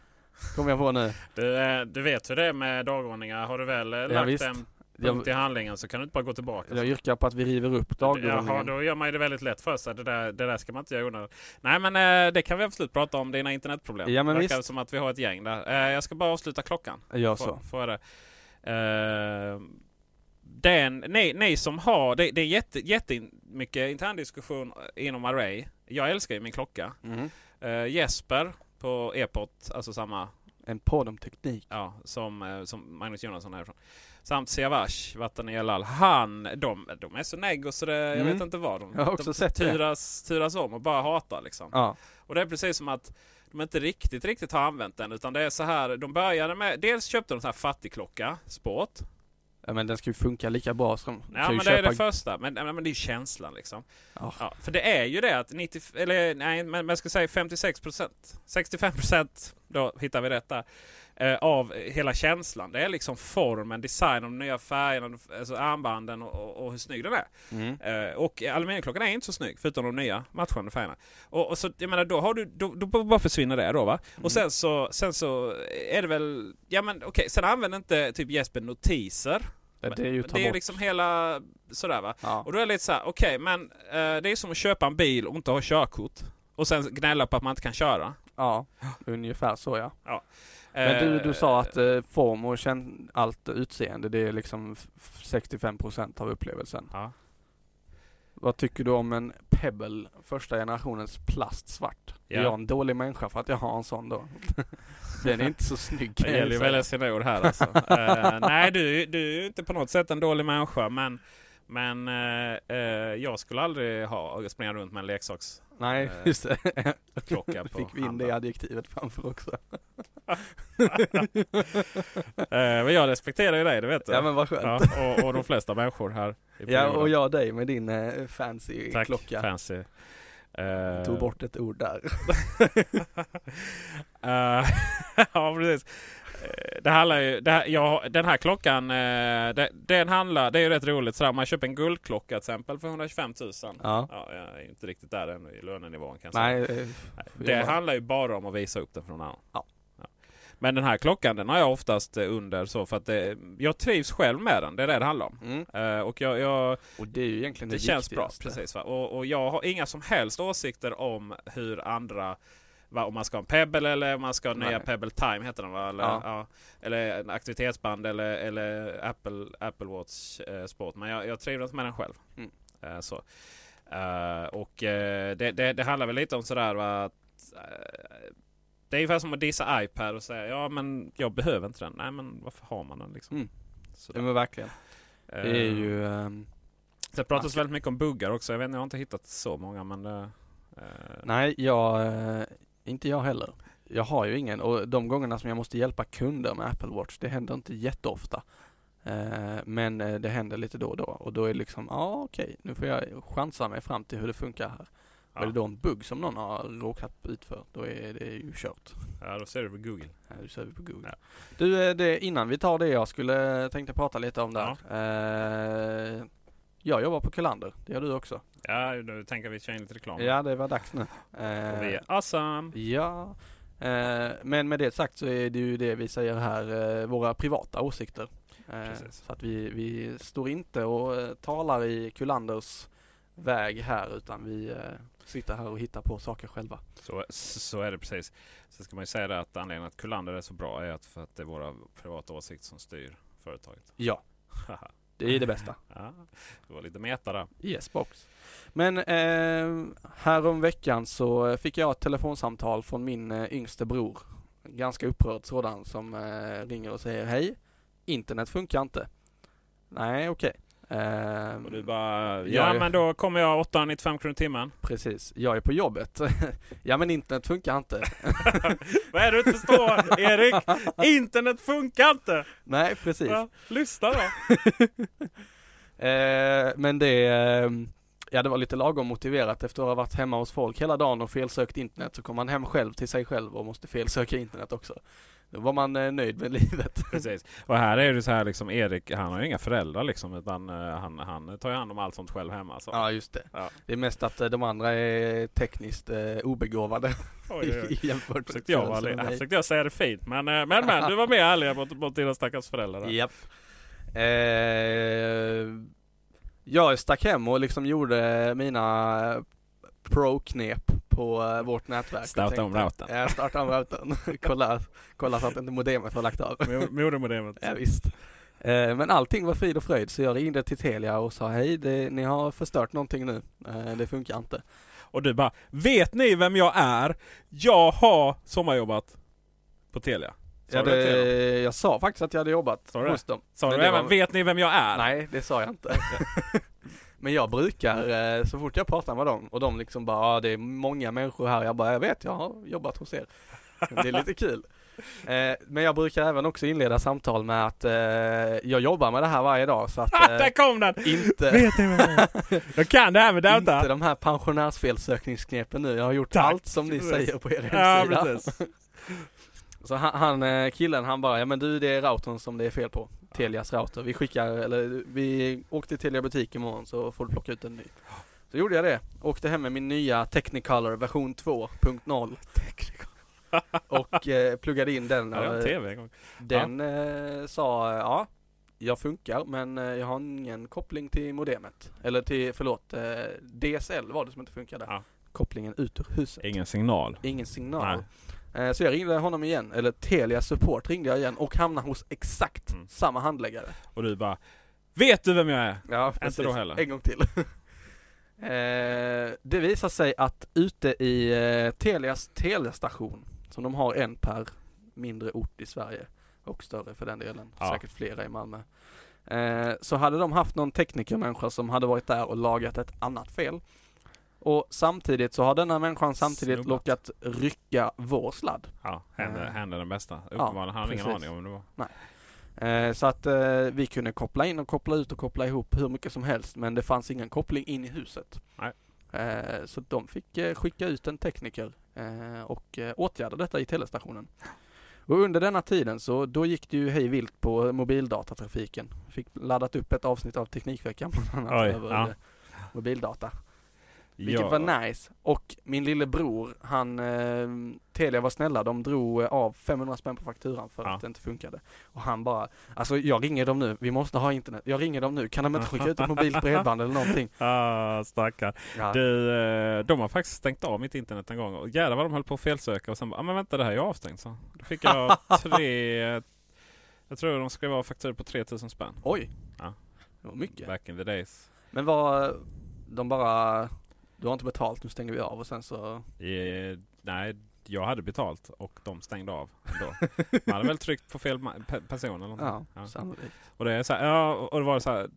Speaker 1: Kommer jag på nu.
Speaker 2: Du, eh, du vet hur det är med dagordningar. Har du väl eh,
Speaker 1: Ja,
Speaker 2: lagt
Speaker 1: visst.
Speaker 2: en punkt
Speaker 1: Jag,
Speaker 2: i handlingen så kan du inte bara gå tillbaka. Alltså,
Speaker 1: jag yrkar på att vi river upp
Speaker 2: Jaha,
Speaker 1: dagordningen.
Speaker 2: då gör man ju det väldigt lätt för sig. Det där, det där ska man inte göra i onödan. Nej men eh, det kan vi absolut prata om, dina internetproblem.
Speaker 1: Ja, men
Speaker 2: det verkar
Speaker 1: visst.
Speaker 2: som att vi har ett gäng där. Eh, jag ska bara avsluta klockan.
Speaker 1: Gör
Speaker 2: Får-
Speaker 1: så.
Speaker 2: får jag det. Eh, den, nej, nej som har, det, det är jätte, jättemycket intern diskussion inom Array. Jag älskar ju min klocka.
Speaker 1: Mm.
Speaker 2: Eh, Jesper på Epot, alltså samma
Speaker 1: En podd om teknik.
Speaker 2: Ja, som, eh, som Magnus Jonasson härifrån. Samt Siavash, Vatten Jalal. Han, de, de är så neggo så det, jag
Speaker 1: Mm.
Speaker 2: vet inte vad. De,
Speaker 1: Jag har också
Speaker 2: de
Speaker 1: sett det.
Speaker 2: turas, turas om och bara hatar liksom.
Speaker 1: Ja.
Speaker 2: Och det är precis som att de inte riktigt, riktigt har använt den. Utan det är så här, de började med, dels köpte de en sån här fattigklocka, sport.
Speaker 1: ja, men den ska ju funka lika bra som...
Speaker 2: Ja
Speaker 1: kan ju
Speaker 2: men det är det första, men, men men det är ju känslan liksom.
Speaker 1: Ja.
Speaker 2: Ja, för det är ju det att 90, eller nej men men jag ska säga 56 procent, 65 procent, då hittar vi rätt där, eh, av hela känslan. Det är liksom formen, designen, de nya färgerna, alltså armbanden och, och, och hur snygg den är.
Speaker 1: Mm.
Speaker 2: Eh, och aluminiumklockan är inte så snygg förutom de nya matchande färgerna. Och, och så, jag menar, då, har du, då, då bara försvinner det då va?
Speaker 1: Mm.
Speaker 2: Och sen så, sen så är det väl, ja men okej, sen använder inte typ Jesper notiser.
Speaker 1: Ja, det är ju att ta
Speaker 2: Det är
Speaker 1: bort.
Speaker 2: liksom hela sådär va.
Speaker 1: Ja.
Speaker 2: Och då är det lite så här, okej men eh, det är som att köpa en bil och inte ha körkort. Och sen gnälla på att man inte kan köra.
Speaker 1: ja, ungefär så ja.
Speaker 2: Eh,
Speaker 1: Men du, du sa att eh, form och känn, allt utseende, det är liksom f- f- 65% av upplevelsen.
Speaker 2: Ja.
Speaker 1: Vad tycker du om en Pebble, första generationens plastsvart?
Speaker 2: Ja.
Speaker 1: Är jag en dålig människa för att jag har en sån då? Den är inte så snygg
Speaker 2: Det
Speaker 1: kan jag
Speaker 2: gäller ju att
Speaker 1: säga.
Speaker 2: välja sina ord här alltså. Eh, nej, du, du är ju inte på något sätt en dålig människa men men eh, eh, jag skulle aldrig ha springa runt med en leksaksklocka
Speaker 1: Nej,
Speaker 2: eh,
Speaker 1: just det.
Speaker 2: på
Speaker 1: Fick vi in
Speaker 2: handen.
Speaker 1: det adjektivet framför också.
Speaker 2: Eh, Men jag respekterar ju dig, det vet du.
Speaker 1: Ja men vad skönt.
Speaker 2: Ja,
Speaker 1: Ja,
Speaker 2: och, och de flesta människor här. i perioden.
Speaker 1: och jag dig med din eh, fancy
Speaker 2: Tack,
Speaker 1: klocka.
Speaker 2: fancy. Eh,
Speaker 1: Tog bort ett ord där.
Speaker 2: Eh, ja, precis. Eh, Det handlar ju, det här, ja, den här klockan, eh, det, den handlar, det är ju rätt roligt. Sådär, man köper en guldklocka till exempel för 125 000.
Speaker 1: Ja.
Speaker 2: Ja, jag är inte riktigt där ännu i lönenivån kan jag säga.
Speaker 1: Nej, eh,
Speaker 2: Det
Speaker 1: jag-
Speaker 2: handlar ju bara om att visa upp den för någon annan.
Speaker 1: Ja.
Speaker 2: Ja. Men den här klockan den har jag oftast eh, under så för att det, jag trivs själv med den. Det är det det handlar om.
Speaker 1: Mm.
Speaker 2: Eh, och jag, jag,
Speaker 1: Och det är ju egentligen det,
Speaker 2: det känns bra.
Speaker 1: viktigaste.
Speaker 2: Precis, va? Och, och jag har inga som helst åsikter om hur andra va, om man ska ha en Pebble eller om man ska ha
Speaker 1: Nej.
Speaker 2: nya Pebble Time heter den va? Eller, ja.
Speaker 1: Ja.
Speaker 2: eller en aktivitetsband eller, eller Apple, Apple Watch eh, Sport. Men jag, jag trivdes med den själv.
Speaker 1: Mm.
Speaker 2: Eh, så. Eh, och eh, det, det, det handlar väl lite om sådär va, att eh, det är ungefär som att dissa iPad och säga ja men jag behöver inte den. Nej men varför har man den liksom?
Speaker 1: Mm.
Speaker 2: Sådär.
Speaker 1: Ja men verkligen. Det är
Speaker 2: Eh,
Speaker 1: ju, ehm,
Speaker 2: det pratas
Speaker 1: Alltså-
Speaker 2: väldigt mycket om buggar också. Jag vet inte, jag har inte hittat så många men... det, eh,
Speaker 1: nej jag, eh, inte jag heller. Jag har ju ingen och de gångerna som jag måste hjälpa kunder med Apple Watch, det händer inte jätteofta. Eh, Men eh, det händer lite då och då och då är det liksom, ja ah, okej, nu får jag chansa mig fram till hur det funkar här.
Speaker 2: Ja.
Speaker 1: Är det då en bugg som någon har råkat ut för, då är det ju kört. Eh,
Speaker 2: Ja, då ser du på Google.
Speaker 1: Ja, Du söker på Google.
Speaker 2: Ja.
Speaker 1: Du, eh, det, innan vi tar det jag skulle eh, tänkte prata lite om där. Eh, Jag jobbar på Kullander, det gör du också.
Speaker 2: Ja, nu tänker vi köra in lite reklam.
Speaker 1: Ja, det var dags nu.
Speaker 2: Och vi
Speaker 1: Eh,
Speaker 2: är awesome!
Speaker 1: ja, eh, men med det sagt så är det ju det vi säger här, eh, våra privata åsikter. Eh,
Speaker 2: Precis.
Speaker 1: så att vi, vi står inte och eh, talar i Kulanders väg här utan vi eh, sitter här och hittar på saker själva.
Speaker 2: Så, så är det precis. Sen ska man ju säga det att anledningen att Kullander är så bra är att för att det är våra privata åsikter som styr företaget.
Speaker 1: Ja,
Speaker 2: Haha.
Speaker 1: det är det bästa.
Speaker 2: ja, det var lite meta där.
Speaker 1: Yes box. Men eh, härom veckan så fick jag ett telefonsamtal från min eh, yngste bror. En Ganska upprörd sådan som eh, ringer och säger hej, internet funkar inte. Nej okej. Ehm,
Speaker 2: Och du bara, ja,
Speaker 1: Ja,
Speaker 2: men då kommer jag 895 kronor i timmen.
Speaker 1: Precis, jag är på jobbet. ja men internet funkar inte.
Speaker 2: Vad är det du inte förstår Erik? Internet funkar inte!
Speaker 1: Nej precis.
Speaker 2: Ja, lyssna då!
Speaker 1: Eh, men det, eh, ja det var lite lagom motiverat efter att ha varit hemma hos folk hela dagen och felsökt internet så kom han hem själv till sig själv och måste felsöka internet också. Då var man eh, nöjd med livet.
Speaker 2: Precis. Och här är det så här liksom Erik, han har ju inga föräldrar liksom utan eh, han, han tar ju hand om allt sånt själv hemma. Så.
Speaker 1: Ja, just det.
Speaker 2: Ja.
Speaker 1: Det är mest att eh, de andra är tekniskt eh, obegåvade
Speaker 2: Oj, oj, oj.
Speaker 1: jämfört med
Speaker 2: Försökte jag, alltså, vara
Speaker 1: Sörensen
Speaker 2: ärlig.
Speaker 1: och
Speaker 2: här
Speaker 1: mig.
Speaker 2: försökte jag säga det fint men, eh, men, men du var mer ärlig mot, mot dina stackars föräldrar. där.
Speaker 1: Japp. Eh, jag stack hem och liksom gjorde mina pro-knep på eh, vårt nätverk. och
Speaker 2: Starta
Speaker 1: tänkte-
Speaker 2: om routern.
Speaker 1: Ja, starta om routern. kolla, kolla så att inte modemet har lagt av.
Speaker 2: Mo- Modemodemet.
Speaker 1: Ja, visst. Eh, Men allting var frid och fröjd så jag ringde till Telia och sa hej, det, ni har förstört någonting nu. Eh, Det funkar inte.
Speaker 2: Och du bara Vet ni vem jag är? Jag har sommarjobbat på Telia. Sa
Speaker 1: Jag,
Speaker 2: du det till dem?
Speaker 1: hade, jag sa faktiskt att jag hade jobbat
Speaker 2: Sa du det?
Speaker 1: hos dem.
Speaker 2: Sa
Speaker 1: men
Speaker 2: du
Speaker 1: det
Speaker 2: även
Speaker 1: var-
Speaker 2: Vet ni vem jag är?
Speaker 1: Nej, det sa jag inte. Men jag brukar, eh, så fort jag pratar med dem och de liksom bara, ah, det är många människor här, jag bara, jag vet, jag har jobbat hos er. Det är lite kul. Eh, Men jag brukar även också inleda samtal med att eh, jag jobbar med det här varje dag så att
Speaker 2: Ah, där
Speaker 1: eh,
Speaker 2: kom den!
Speaker 1: inte,
Speaker 2: Vet ni vem jag är? Jag kan det här med
Speaker 1: inte
Speaker 2: data.
Speaker 1: de här pensionärsfelsökningsknepen nu. Jag har gjort
Speaker 2: Tack.
Speaker 1: allt som ni säger på er
Speaker 2: Ja
Speaker 1: hemsida.
Speaker 2: precis.
Speaker 1: Så han, han, eh, killen han bara, ja men du det är routern som det är fel på. Telias router. Vi skickar, eller vi åker till Telia butik imorgon så får du plocka ut en ny. Så gjorde jag det. Åkte hem med min nya Technicolor version 2.0. Och eh, pluggade in den.
Speaker 2: Ja, det var en
Speaker 1: Och, eh,
Speaker 2: TV en gång.
Speaker 1: den eh, sa, eh, ja, jag funkar men eh, jag har ingen koppling till modemet. Eller till, förlåt, eh, DSL var det som inte funkade.
Speaker 2: Ja.
Speaker 1: Kopplingen ut ur huset.
Speaker 2: Ingen signal.
Speaker 1: Ingen signal. Eh, Så jag ringde honom igen, eller Telia Support ringde jag igen och hamnade hos exakt
Speaker 2: Mm.
Speaker 1: samma handläggare.
Speaker 2: Och du bara Vet du vem jag är?
Speaker 1: Ja,
Speaker 2: Inte då heller.
Speaker 1: En gång till. Eh, det visar sig att ute i eh, Telias telestation, som de har en per mindre ort i Sverige, och större för den delen,
Speaker 2: Ja.
Speaker 1: säkert flera i Malmö. Eh, så hade de haft någon teknikermänniska som hade varit där och lagat ett annat fel. Och samtidigt så har denna människan samtidigt
Speaker 2: Snubblat.
Speaker 1: lockat rycka vår sladd.
Speaker 2: Ja, hände,
Speaker 1: Eh.
Speaker 2: hände den bästa. Uppenbarligen. Han hade ingen
Speaker 1: precis.
Speaker 2: aning om vem det var.
Speaker 1: Eh, Så att eh, vi kunde koppla in och koppla ut och koppla ihop hur mycket som helst men det fanns ingen koppling in i huset.
Speaker 2: Nej.
Speaker 1: Eh, Så de fick eh, skicka ut en tekniker eh, och eh, åtgärda detta i telestationen. Och under denna tiden så då gick det ju hej vilt på mobildatatrafiken. Fick laddat upp ett avsnitt av Teknikveckan bland annat
Speaker 2: Oj,
Speaker 1: över
Speaker 2: ja.
Speaker 1: eh, mobildata. Vilket var nice. Och min lille bror, han, eh, Telia var snälla, de drog eh, av 500 spänn på fakturan för
Speaker 2: Ja.
Speaker 1: att det inte funkade. Och han bara, alltså jag ringer dem nu, vi måste ha internet, jag ringer dem nu, kan de inte skicka ut ett mobilt bredband eller någonting?
Speaker 2: Ah, stackar.
Speaker 1: Ja.
Speaker 2: Du, eh, de har faktiskt stängt av mitt internet en gång. Och jävlar vad de höll på att felsöka. Och sen bara, ah, men vänta det här är ju avstängt. Så. Då fick jag tre... Jag tror de skrev av fakturor på 3000 spänn.
Speaker 1: Oj!
Speaker 2: Ja.
Speaker 1: Det var mycket.
Speaker 2: Back in the days.
Speaker 1: Men vad, de bara, du har inte betalt, nu stänger vi av och sen så,
Speaker 2: Eh, nej, jag hade betalt och de stängde av ändå. Man hade väl tryckt på fel ma- pe- person eller någonting.
Speaker 1: ja,
Speaker 2: Ja.
Speaker 1: sannolikt.
Speaker 2: Och det är så här, ja, och det var så här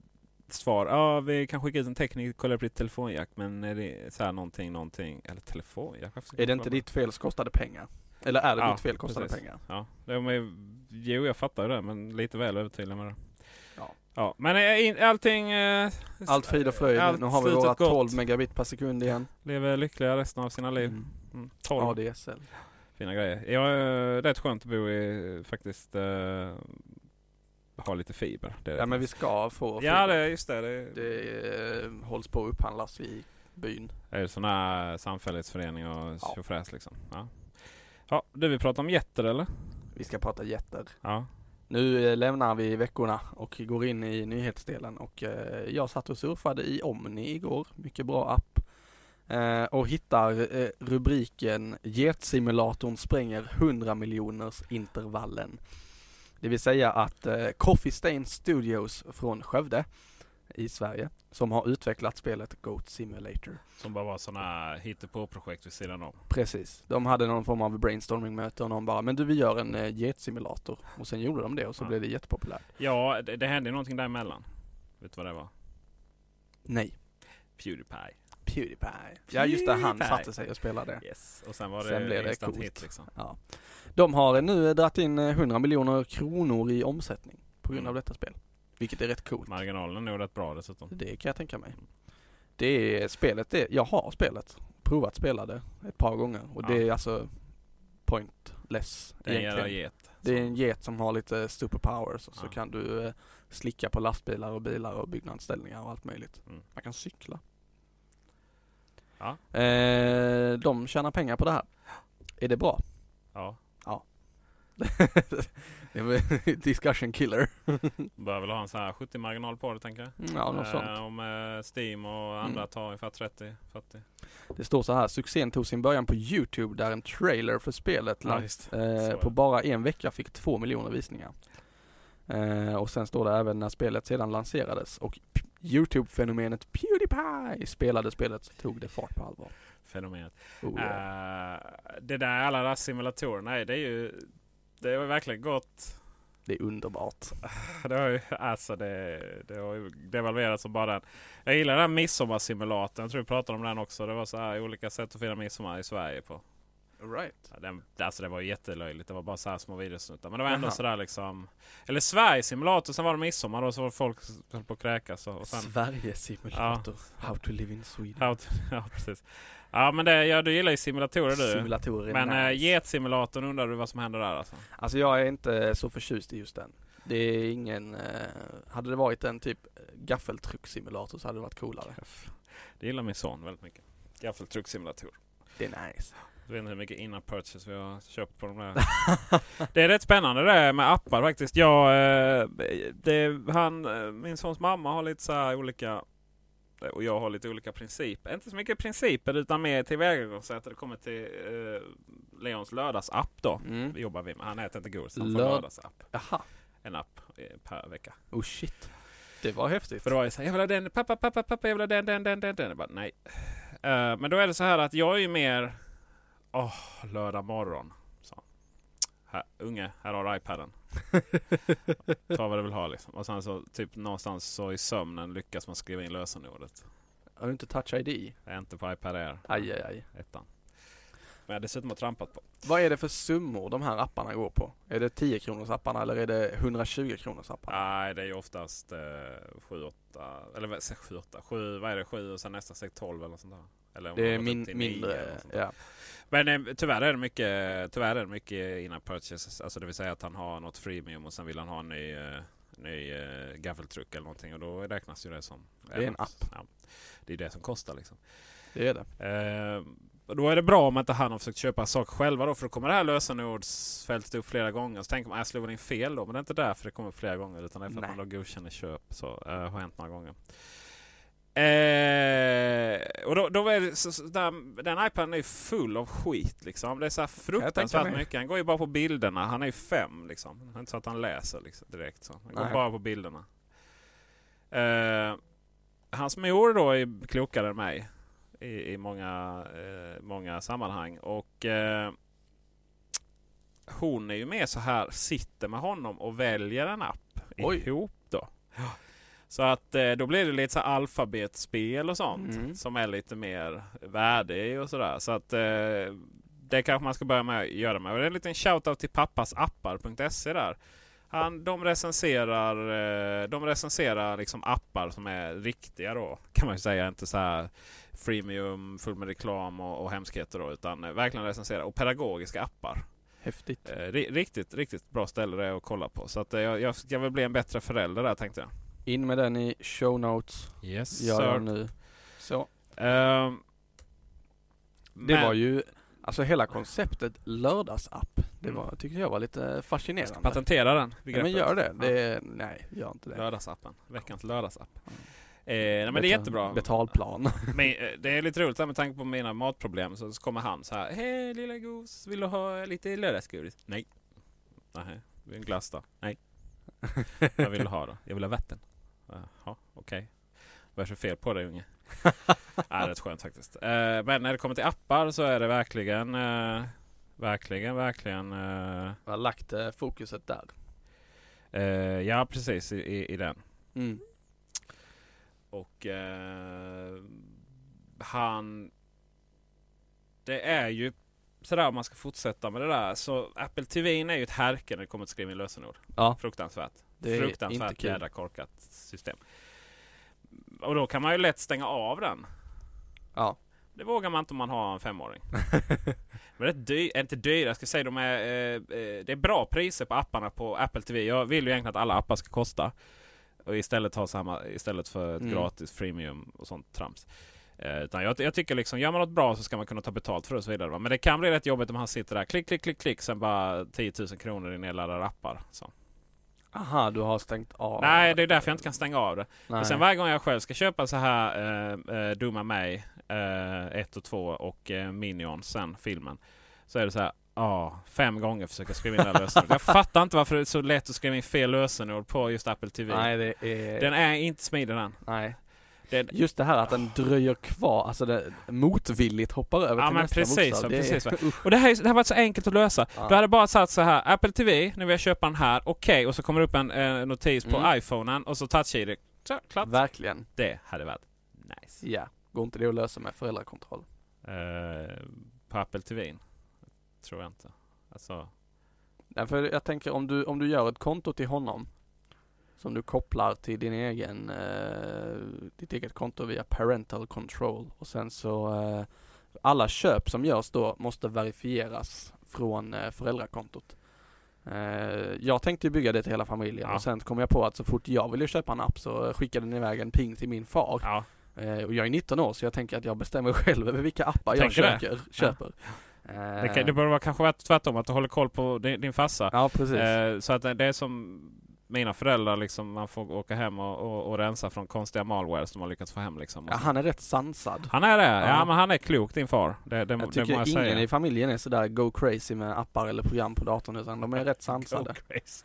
Speaker 2: svar. Ja, vi kan skicka ut en tekniker och kolla upp ditt telefonjack. Men är det så här någonting, någonting. Eller telefonjack? Varför ska
Speaker 1: Är det
Speaker 2: jag
Speaker 1: inte
Speaker 2: kolla
Speaker 1: ditt fel så kostade pengar? Eller är det
Speaker 2: Ja,
Speaker 1: ditt fel kostade
Speaker 2: precis.
Speaker 1: pengar?
Speaker 2: på? Ja, det var ju, jo jag fattar ju det. Men lite väl övertydlig med det.
Speaker 1: Ja.
Speaker 2: Ja, men eh, in- allting... eh,
Speaker 1: Allt frid och fröjd,
Speaker 2: Allt
Speaker 1: nu har vi
Speaker 2: slutet
Speaker 1: våra
Speaker 2: gott.
Speaker 1: 12 megabit per sekund igen.
Speaker 2: Lever lyckliga resten av sina liv.
Speaker 1: Mm.
Speaker 2: Mm, 12
Speaker 1: ADSL.
Speaker 2: fina grejer. Ja, eh, rätt skönt att bo i faktiskt. Eh, ha lite fiber. Det är
Speaker 1: Ja
Speaker 2: rätt
Speaker 1: men vi ska få
Speaker 2: Ja,
Speaker 1: fiber.
Speaker 2: det, just det. Det,
Speaker 1: Det eh, hålls på att upphandlas i byn.
Speaker 2: det är sådana samfällighetsföreningar och
Speaker 1: Ja.
Speaker 2: tjofräs liksom. Ja. ja, du vill prata om jätter eller?
Speaker 1: Vi ska prata jätter.
Speaker 2: Ja.
Speaker 1: Nu eh, lämnar vi veckorna och går in i nyhetsdelen och eh, jag satt och surfade i Omni igår, mycket bra app. Eh, Och hittar eh, rubriken Getsimulatorn spränger 100 miljoners intervallen. Det vill säga att eh, Coffee Stain Studios från Skövde i Sverige som har utvecklat spelet Goat Simulator.
Speaker 2: Som bara var sådana hittepå-projekt vid sidan om.
Speaker 1: Precis. De hade någon form av brainstorming-möte och någon bara, men du vi gör en eh, getsimulator. Och sen gjorde de det och så
Speaker 2: Ja.
Speaker 1: blev det jättepopulärt.
Speaker 2: Ja, det, det hände ju någonting däremellan. Vet du vad det var?
Speaker 1: Nej.
Speaker 2: Pewdiepie.
Speaker 1: Pewdiepie. Ja just det, han
Speaker 2: Pewdiepie.
Speaker 1: satte sig och spelade.
Speaker 2: Yes. Och sen var det
Speaker 1: Sen blev det
Speaker 2: instant
Speaker 1: coolt.
Speaker 2: hit liksom.
Speaker 1: De har eh, nu eh, dragit in eh, 100 miljoner kronor i omsättning på
Speaker 2: Mm.
Speaker 1: grund av detta spel. Vilket är rätt coolt.
Speaker 2: Marginalen är nog rätt bra dessutom.
Speaker 1: Det kan jag tänka mig. Det är spelet, det, jag har spelet. Provat spela det ett par gånger och det är alltså pointless
Speaker 2: Det är en jävla
Speaker 1: egentligen.
Speaker 2: get.
Speaker 1: Det är en get som har lite superpowers och så
Speaker 2: Ja.
Speaker 1: kan du eh, slicka på lastbilar och bilar och byggnadsställningar och allt möjligt.
Speaker 2: Mm.
Speaker 1: Man kan cykla.
Speaker 2: Ja.
Speaker 1: Eh, de tjänar pengar på det här. Är det bra?
Speaker 2: Ja.
Speaker 1: Det är väl Discussion killer.
Speaker 2: Bör väl ha en sån här 70 marginal på det tänker jag.
Speaker 1: Mm, Ja, något sånt.
Speaker 2: Eh, om eh, Steam och andra
Speaker 1: Mm.
Speaker 2: tar ungefär 30, 40.
Speaker 1: Det står så här, succén tog sin början på Youtube där en trailer för spelet
Speaker 2: Ja,
Speaker 1: lanserades
Speaker 2: visst.
Speaker 1: Eh,
Speaker 2: Så.
Speaker 1: på bara en vecka fick två miljoner visningar. Eh, och sen står det även när spelet sedan lanserades och p- Youtube-fenomenet Pewdiepie spelade spelet så tog det fart på allvar.
Speaker 2: Fenomenet.
Speaker 1: Oh, yeah.
Speaker 2: Eh, det där alla de där simulatorerna, nej, det är ju... Det har ju verkligen gått...
Speaker 1: Det är underbart.
Speaker 2: Det har ju, alltså det, det har ju devalverats som bara den. Jag gillar den här midsommarsimulatorn. Jag tror vi pratade om den också. Det var så här olika sätt att fira midsommar i Sverige på.
Speaker 1: Right.
Speaker 2: Ja, Den, alltså det var ju jättelöjligt. Det var bara så här små videosnuttar. Men det var ändå
Speaker 1: Jaha.
Speaker 2: sådär liksom. Eller Sveriges simulator. Sen var det midsommar och så var det folk som höll på att kräkas. Och, och sen,
Speaker 1: Sverige simulator. How to live in Sweden.
Speaker 2: ja, ja, precis. Ja men det, ja, du gillar ju simulatorer du.
Speaker 1: Simulatorer är
Speaker 2: men
Speaker 1: nice.
Speaker 2: eh, getsimulatorn undrar du vad som händer där alltså?
Speaker 1: Alltså jag är inte så förtjust i just den. Det är ingen, eh, hade det varit en typ gaffeltrucksimulator så hade det varit coolare.
Speaker 2: Det gillar min son väldigt mycket. Gaffeltrucksimulator.
Speaker 1: Det är nice.
Speaker 2: Jag vet inte hur mycket innan purchase vi har köpt på de där. det är rätt spännande det här med appar faktiskt. Jag, eh, det, han, eh, min sons mamma har lite så här olika eh, och jag har lite olika principer. Inte så mycket principer utan mer tillvägagångssätt. Det kommer till eh, Leons lördagsapp då.
Speaker 1: Mm.
Speaker 2: Jobbar vi med. Han äter inte godis. Han får
Speaker 1: Lörd-
Speaker 2: lördagsapp.
Speaker 1: Jaha.
Speaker 2: En app eh, per vecka.
Speaker 1: Oh shit. Det var häftigt.
Speaker 2: För det var ju så här, jag vill ha den, pappa, pappa, pappa, jag vill ha den, den, den, den, den. Jag bara, nej. Eh, men då är det så här att jag är ju mer, åh, lördag morgon. Så. Här, unge, här har du iPaden. Ta vad du vill ha liksom. Och sen så typ någonstans så i sömnen lyckas man skriva in lösenordet.
Speaker 1: Har du inte touch ID?
Speaker 2: Jag är inte på iPad Air,
Speaker 1: Aj, aj, aj.
Speaker 2: ettan. Men jag dessutom har trampat på.
Speaker 1: Vad är det för summor de här apparna går på? Är det 10 kronors apparna eller är det 120 kronors apparna?
Speaker 2: Nej, det är ju oftast eh, 7, 8, eller vad- 7, 8, 7, vad är det, 7 och sen nästa steg 12 eller något sånt där. Eller om man
Speaker 1: det är
Speaker 2: har
Speaker 1: min, eh,
Speaker 2: gått upp till nio eller något
Speaker 1: mindre,
Speaker 2: sånt där.
Speaker 1: ja.
Speaker 2: Men eh, tyvärr är det mycket, tyvärr är det mycket innan purchases. Alltså det vill säga att han har något freemium och sen vill han ha en ny, eh, ny eh, gaffeltruck eller någonting. Och då räknas ju det som...
Speaker 1: är en app.
Speaker 2: Ja, det är det som kostar liksom.
Speaker 1: Det är det.
Speaker 2: Eh, och då är det bra om inte han har försökt köpa saker själva då. För då kommer det här lösenordsfältet upp flera gånger. Så tänker man, jag slog in fel då. Men det är inte därför det kommer upp flera gånger. Utan det är för
Speaker 1: Nej.
Speaker 2: att man då godkänner köp. Så eh, har hänt några gånger. Eh, och då, då är det, så, så, där, den iPaden är ju full av skit liksom. Det är så här
Speaker 1: tänka
Speaker 2: fruktansvärt
Speaker 1: mig.
Speaker 2: mycket. Han går ju bara på bilderna. Han är ju fem liksom. Det är inte så att han läser liksom, direkt. Så. Han
Speaker 1: Nej.
Speaker 2: går bara på bilderna. Eh, hans mor då är klokare än mig i, i många, eh, många sammanhang. Och eh, hon är ju med så här, sitter med honom och väljer en app
Speaker 1: Oj.
Speaker 2: ihop då. Så att eh, då blir det lite så här alfabetspel och sånt
Speaker 1: Mm.
Speaker 2: som är lite mer värdig och sådär. Så att eh, det kanske man ska börja med att göra med. Och det är en liten shoutout till pappasappar.se där. Han, de recenserar, eh, de recenserar liksom appar som är riktiga då kan man ju säga. Inte så här freemium full med reklam och, och hemskheter då. Utan eh, verkligen recenserar och pedagogiska appar.
Speaker 1: Häftigt.
Speaker 2: Eh, ri- riktigt, riktigt bra ställe det är att kolla på. Så att eh, jag, jag ska väl bli en bättre förälder där tänkte jag.
Speaker 1: In med den i show notes.
Speaker 2: Yes
Speaker 1: Gör jag nu. Så.
Speaker 2: Ehm,
Speaker 1: Det var ju, alltså hela konceptet lördagsapp. Det var, tyckte jag var lite fascinerande.
Speaker 2: Patentera den.
Speaker 1: Ja, men gör det. det är, nej, gör inte det.
Speaker 2: Lördagsappen. Veckans lördagsapp. Eh, nej, men det är
Speaker 1: Beta-
Speaker 2: jättebra.
Speaker 1: Betalplan.
Speaker 2: Men, eh, det är lite roligt så här, med tanke på mina matproblem. Så, så kommer han så här. Hej lilla gos, vill du ha lite lördagsgodis? Nej. Nej. Vill du en glass då? Nej. Vad vill du ha då? Jag vill ha vatten. Jaha, okej. Vad är det för fel på dig unge? Nej, det är rätt skönt faktiskt. Eh, men när det kommer till appar så är det verkligen, eh, verkligen, verkligen eh,
Speaker 1: Jag har lagt eh, fokuset där.
Speaker 2: Eh, ja, precis i, i, i den.
Speaker 1: Mm.
Speaker 2: Och eh, han... Det är ju sådär om man ska fortsätta med det där. Så Apple TV är ju ett härke när det kommer till att skriva in lösenord.
Speaker 1: Ja.
Speaker 2: Fruktansvärt.
Speaker 1: Det är inte
Speaker 2: Fruktansvärt
Speaker 1: kul.
Speaker 2: jädra korkat system. Och då kan man ju lätt stänga av den.
Speaker 1: Ja.
Speaker 2: Det vågar man inte om man har en femåring. Men det är dy- är inte dyra, jag ska säga de är, eh, eh, det är bra priser på apparna på Apple TV. Jag vill ju egentligen att alla appar ska kosta. Och istället ha samma, istället för ett
Speaker 1: Mm.
Speaker 2: gratis freemium och sånt trams. Eh, utan jag, jag tycker liksom, gör man något bra så ska man kunna ta betalt för det och så vidare. Va? Men det kan bli rätt jobbigt om han sitter där, klick, klick, klick, klick, sen bara 10 000 kronor i nedladdade appar. Så.
Speaker 1: Aha, du har stängt av?
Speaker 2: Nej, det är därför jag inte kan stänga av det.
Speaker 1: Nej.
Speaker 2: Och sen varje gång jag själv ska köpa så här eh, eh, Dumma mig 1 och 2 och eh, Minions sen, filmen. Så är det så här, ja, fem gånger försöka skriva in det här lösenordet. Jag fattar inte varför det är så lätt att skriva in fel lösenord på just Apple TV.
Speaker 1: Nej, det är...
Speaker 2: Den är inte smidig den.
Speaker 1: Nej.
Speaker 2: Den-
Speaker 1: Just det här att den dröjer kvar, alltså det motvilligt hoppar över
Speaker 2: Ja
Speaker 1: till
Speaker 2: men
Speaker 1: nästa
Speaker 2: precis,
Speaker 1: bokstav.
Speaker 2: va,
Speaker 1: Det är-
Speaker 2: precis. va. Och det här, är- det här har varit så enkelt att lösa.
Speaker 1: Ja.
Speaker 2: Du hade bara satt så här Apple TV, nu vill jag köpa den här, okej. Och så kommer det upp en eh, notis på
Speaker 1: Mm.
Speaker 2: iPhonen och så touch-id. Så, Klart.
Speaker 1: Verkligen.
Speaker 2: Det hade varit nice.
Speaker 1: Ja. Går inte det att lösa med föräldrakontroll?
Speaker 2: Eh, på Apple TV. Tror jag inte. Alltså,
Speaker 1: Därför jag tänker om du, om du gör ett konto till honom som du kopplar till din egen, eh, ditt eget konto via parental control och sen så eh, alla köp som görs då måste verifieras från eh, föräldrakontot. Eh, jag tänkte ju bygga det till hela familjen
Speaker 2: Ja.
Speaker 1: och sen kom jag på att så fort jag ville köpa en app så skickade den iväg en ping till min far.
Speaker 2: ja.
Speaker 1: Eh, och jag är 19 år så jag tänker att jag bestämmer själv över vilka appar jag
Speaker 2: Tänker det?
Speaker 1: köper. köper. Eh,
Speaker 2: Det, kan, det borde vara kanske vara tvärtom, att du håller koll på din, din farsa.
Speaker 1: Ja precis.
Speaker 2: Eh, så att det det är som mina föräldrar, liksom, man får åka hem och, och, och rensa från konstiga malware som man lyckats få hem. Liksom, och
Speaker 1: ja,
Speaker 2: så.
Speaker 1: han är rätt sansad.
Speaker 2: han är det? Ja.
Speaker 1: Ja.
Speaker 2: men han är klok din far. Det, det,
Speaker 1: Jag
Speaker 2: det
Speaker 1: tycker
Speaker 2: må jag
Speaker 1: ingen
Speaker 2: säga.
Speaker 1: i familjen är sådär go crazy med appar eller program på datorn utan de är rätt sansade.
Speaker 2: crazy.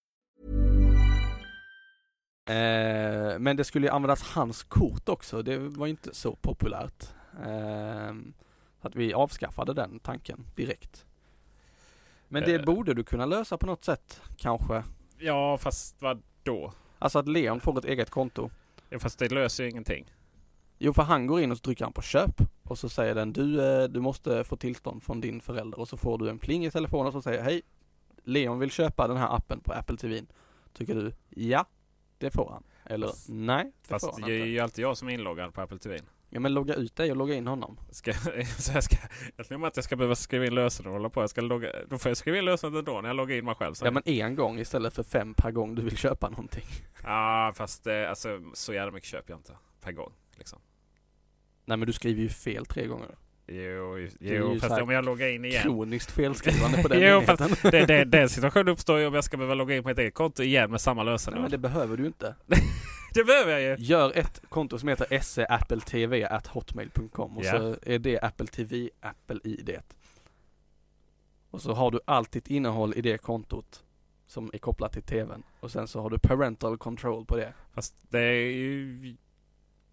Speaker 1: Eh, men det skulle ju användas hans kort också, det var ju inte så populärt. Eh, så att vi avskaffade den tanken direkt. Men det
Speaker 2: Eh.
Speaker 1: borde du kunna lösa på något sätt, kanske.
Speaker 2: Ja fast vad då?
Speaker 1: Alltså att Leon får ett eget konto.
Speaker 2: Ja, Fast det löser ju ingenting.
Speaker 1: Jo, för han går in och så trycker han på köp och så säger den du, eh, du måste få tillstånd från din förälder och så får du en pling i telefonen som säger hej, Leon vill köpa den här appen på Apple TVn. Tycker du ja, det får han. Eller
Speaker 2: Fast-
Speaker 1: nej, det
Speaker 2: Fast
Speaker 1: får
Speaker 2: det
Speaker 1: han
Speaker 2: är
Speaker 1: inte.
Speaker 2: ju alltid jag som är inloggad på Apple TV.
Speaker 1: Ja men logga ut dig och logga in honom.
Speaker 2: Ska, så jag, ska, jag tror att jag ska behöva skriva in lösenord och hålla på. Jag ska logga, då får jag skriva in lösenordet ändå när jag loggar in mig själv. sen.
Speaker 1: Ja men en gång istället för fem per gång du vill köpa någonting.
Speaker 2: Ja, fast eh, alltså, så jävla mycket köper jag inte per gång. Liksom.
Speaker 1: Nej men du skriver ju fel tre gånger.
Speaker 2: Jo, jo,
Speaker 1: är ju så
Speaker 2: fast
Speaker 1: här
Speaker 2: om jag loggar in igen.
Speaker 1: Kroniskt felskrivande på den
Speaker 2: jo,
Speaker 1: enheten.
Speaker 2: fast det, det, den situationen uppstår ju om jag ska behöva logga in på ett eget konto igen med samma
Speaker 1: Nej men
Speaker 2: lösenord.
Speaker 1: det behöver du ju inte.
Speaker 2: Det behöver jag ju.
Speaker 1: Gör ett konto som heter E seappletv at hotmail.com och
Speaker 2: Ja.
Speaker 1: så är det Apple TV, Apple i det. Och så har du allt ditt innehåll i det kontot som är kopplat till TVn och sen så har du parental control på det.
Speaker 2: Fast det är ju...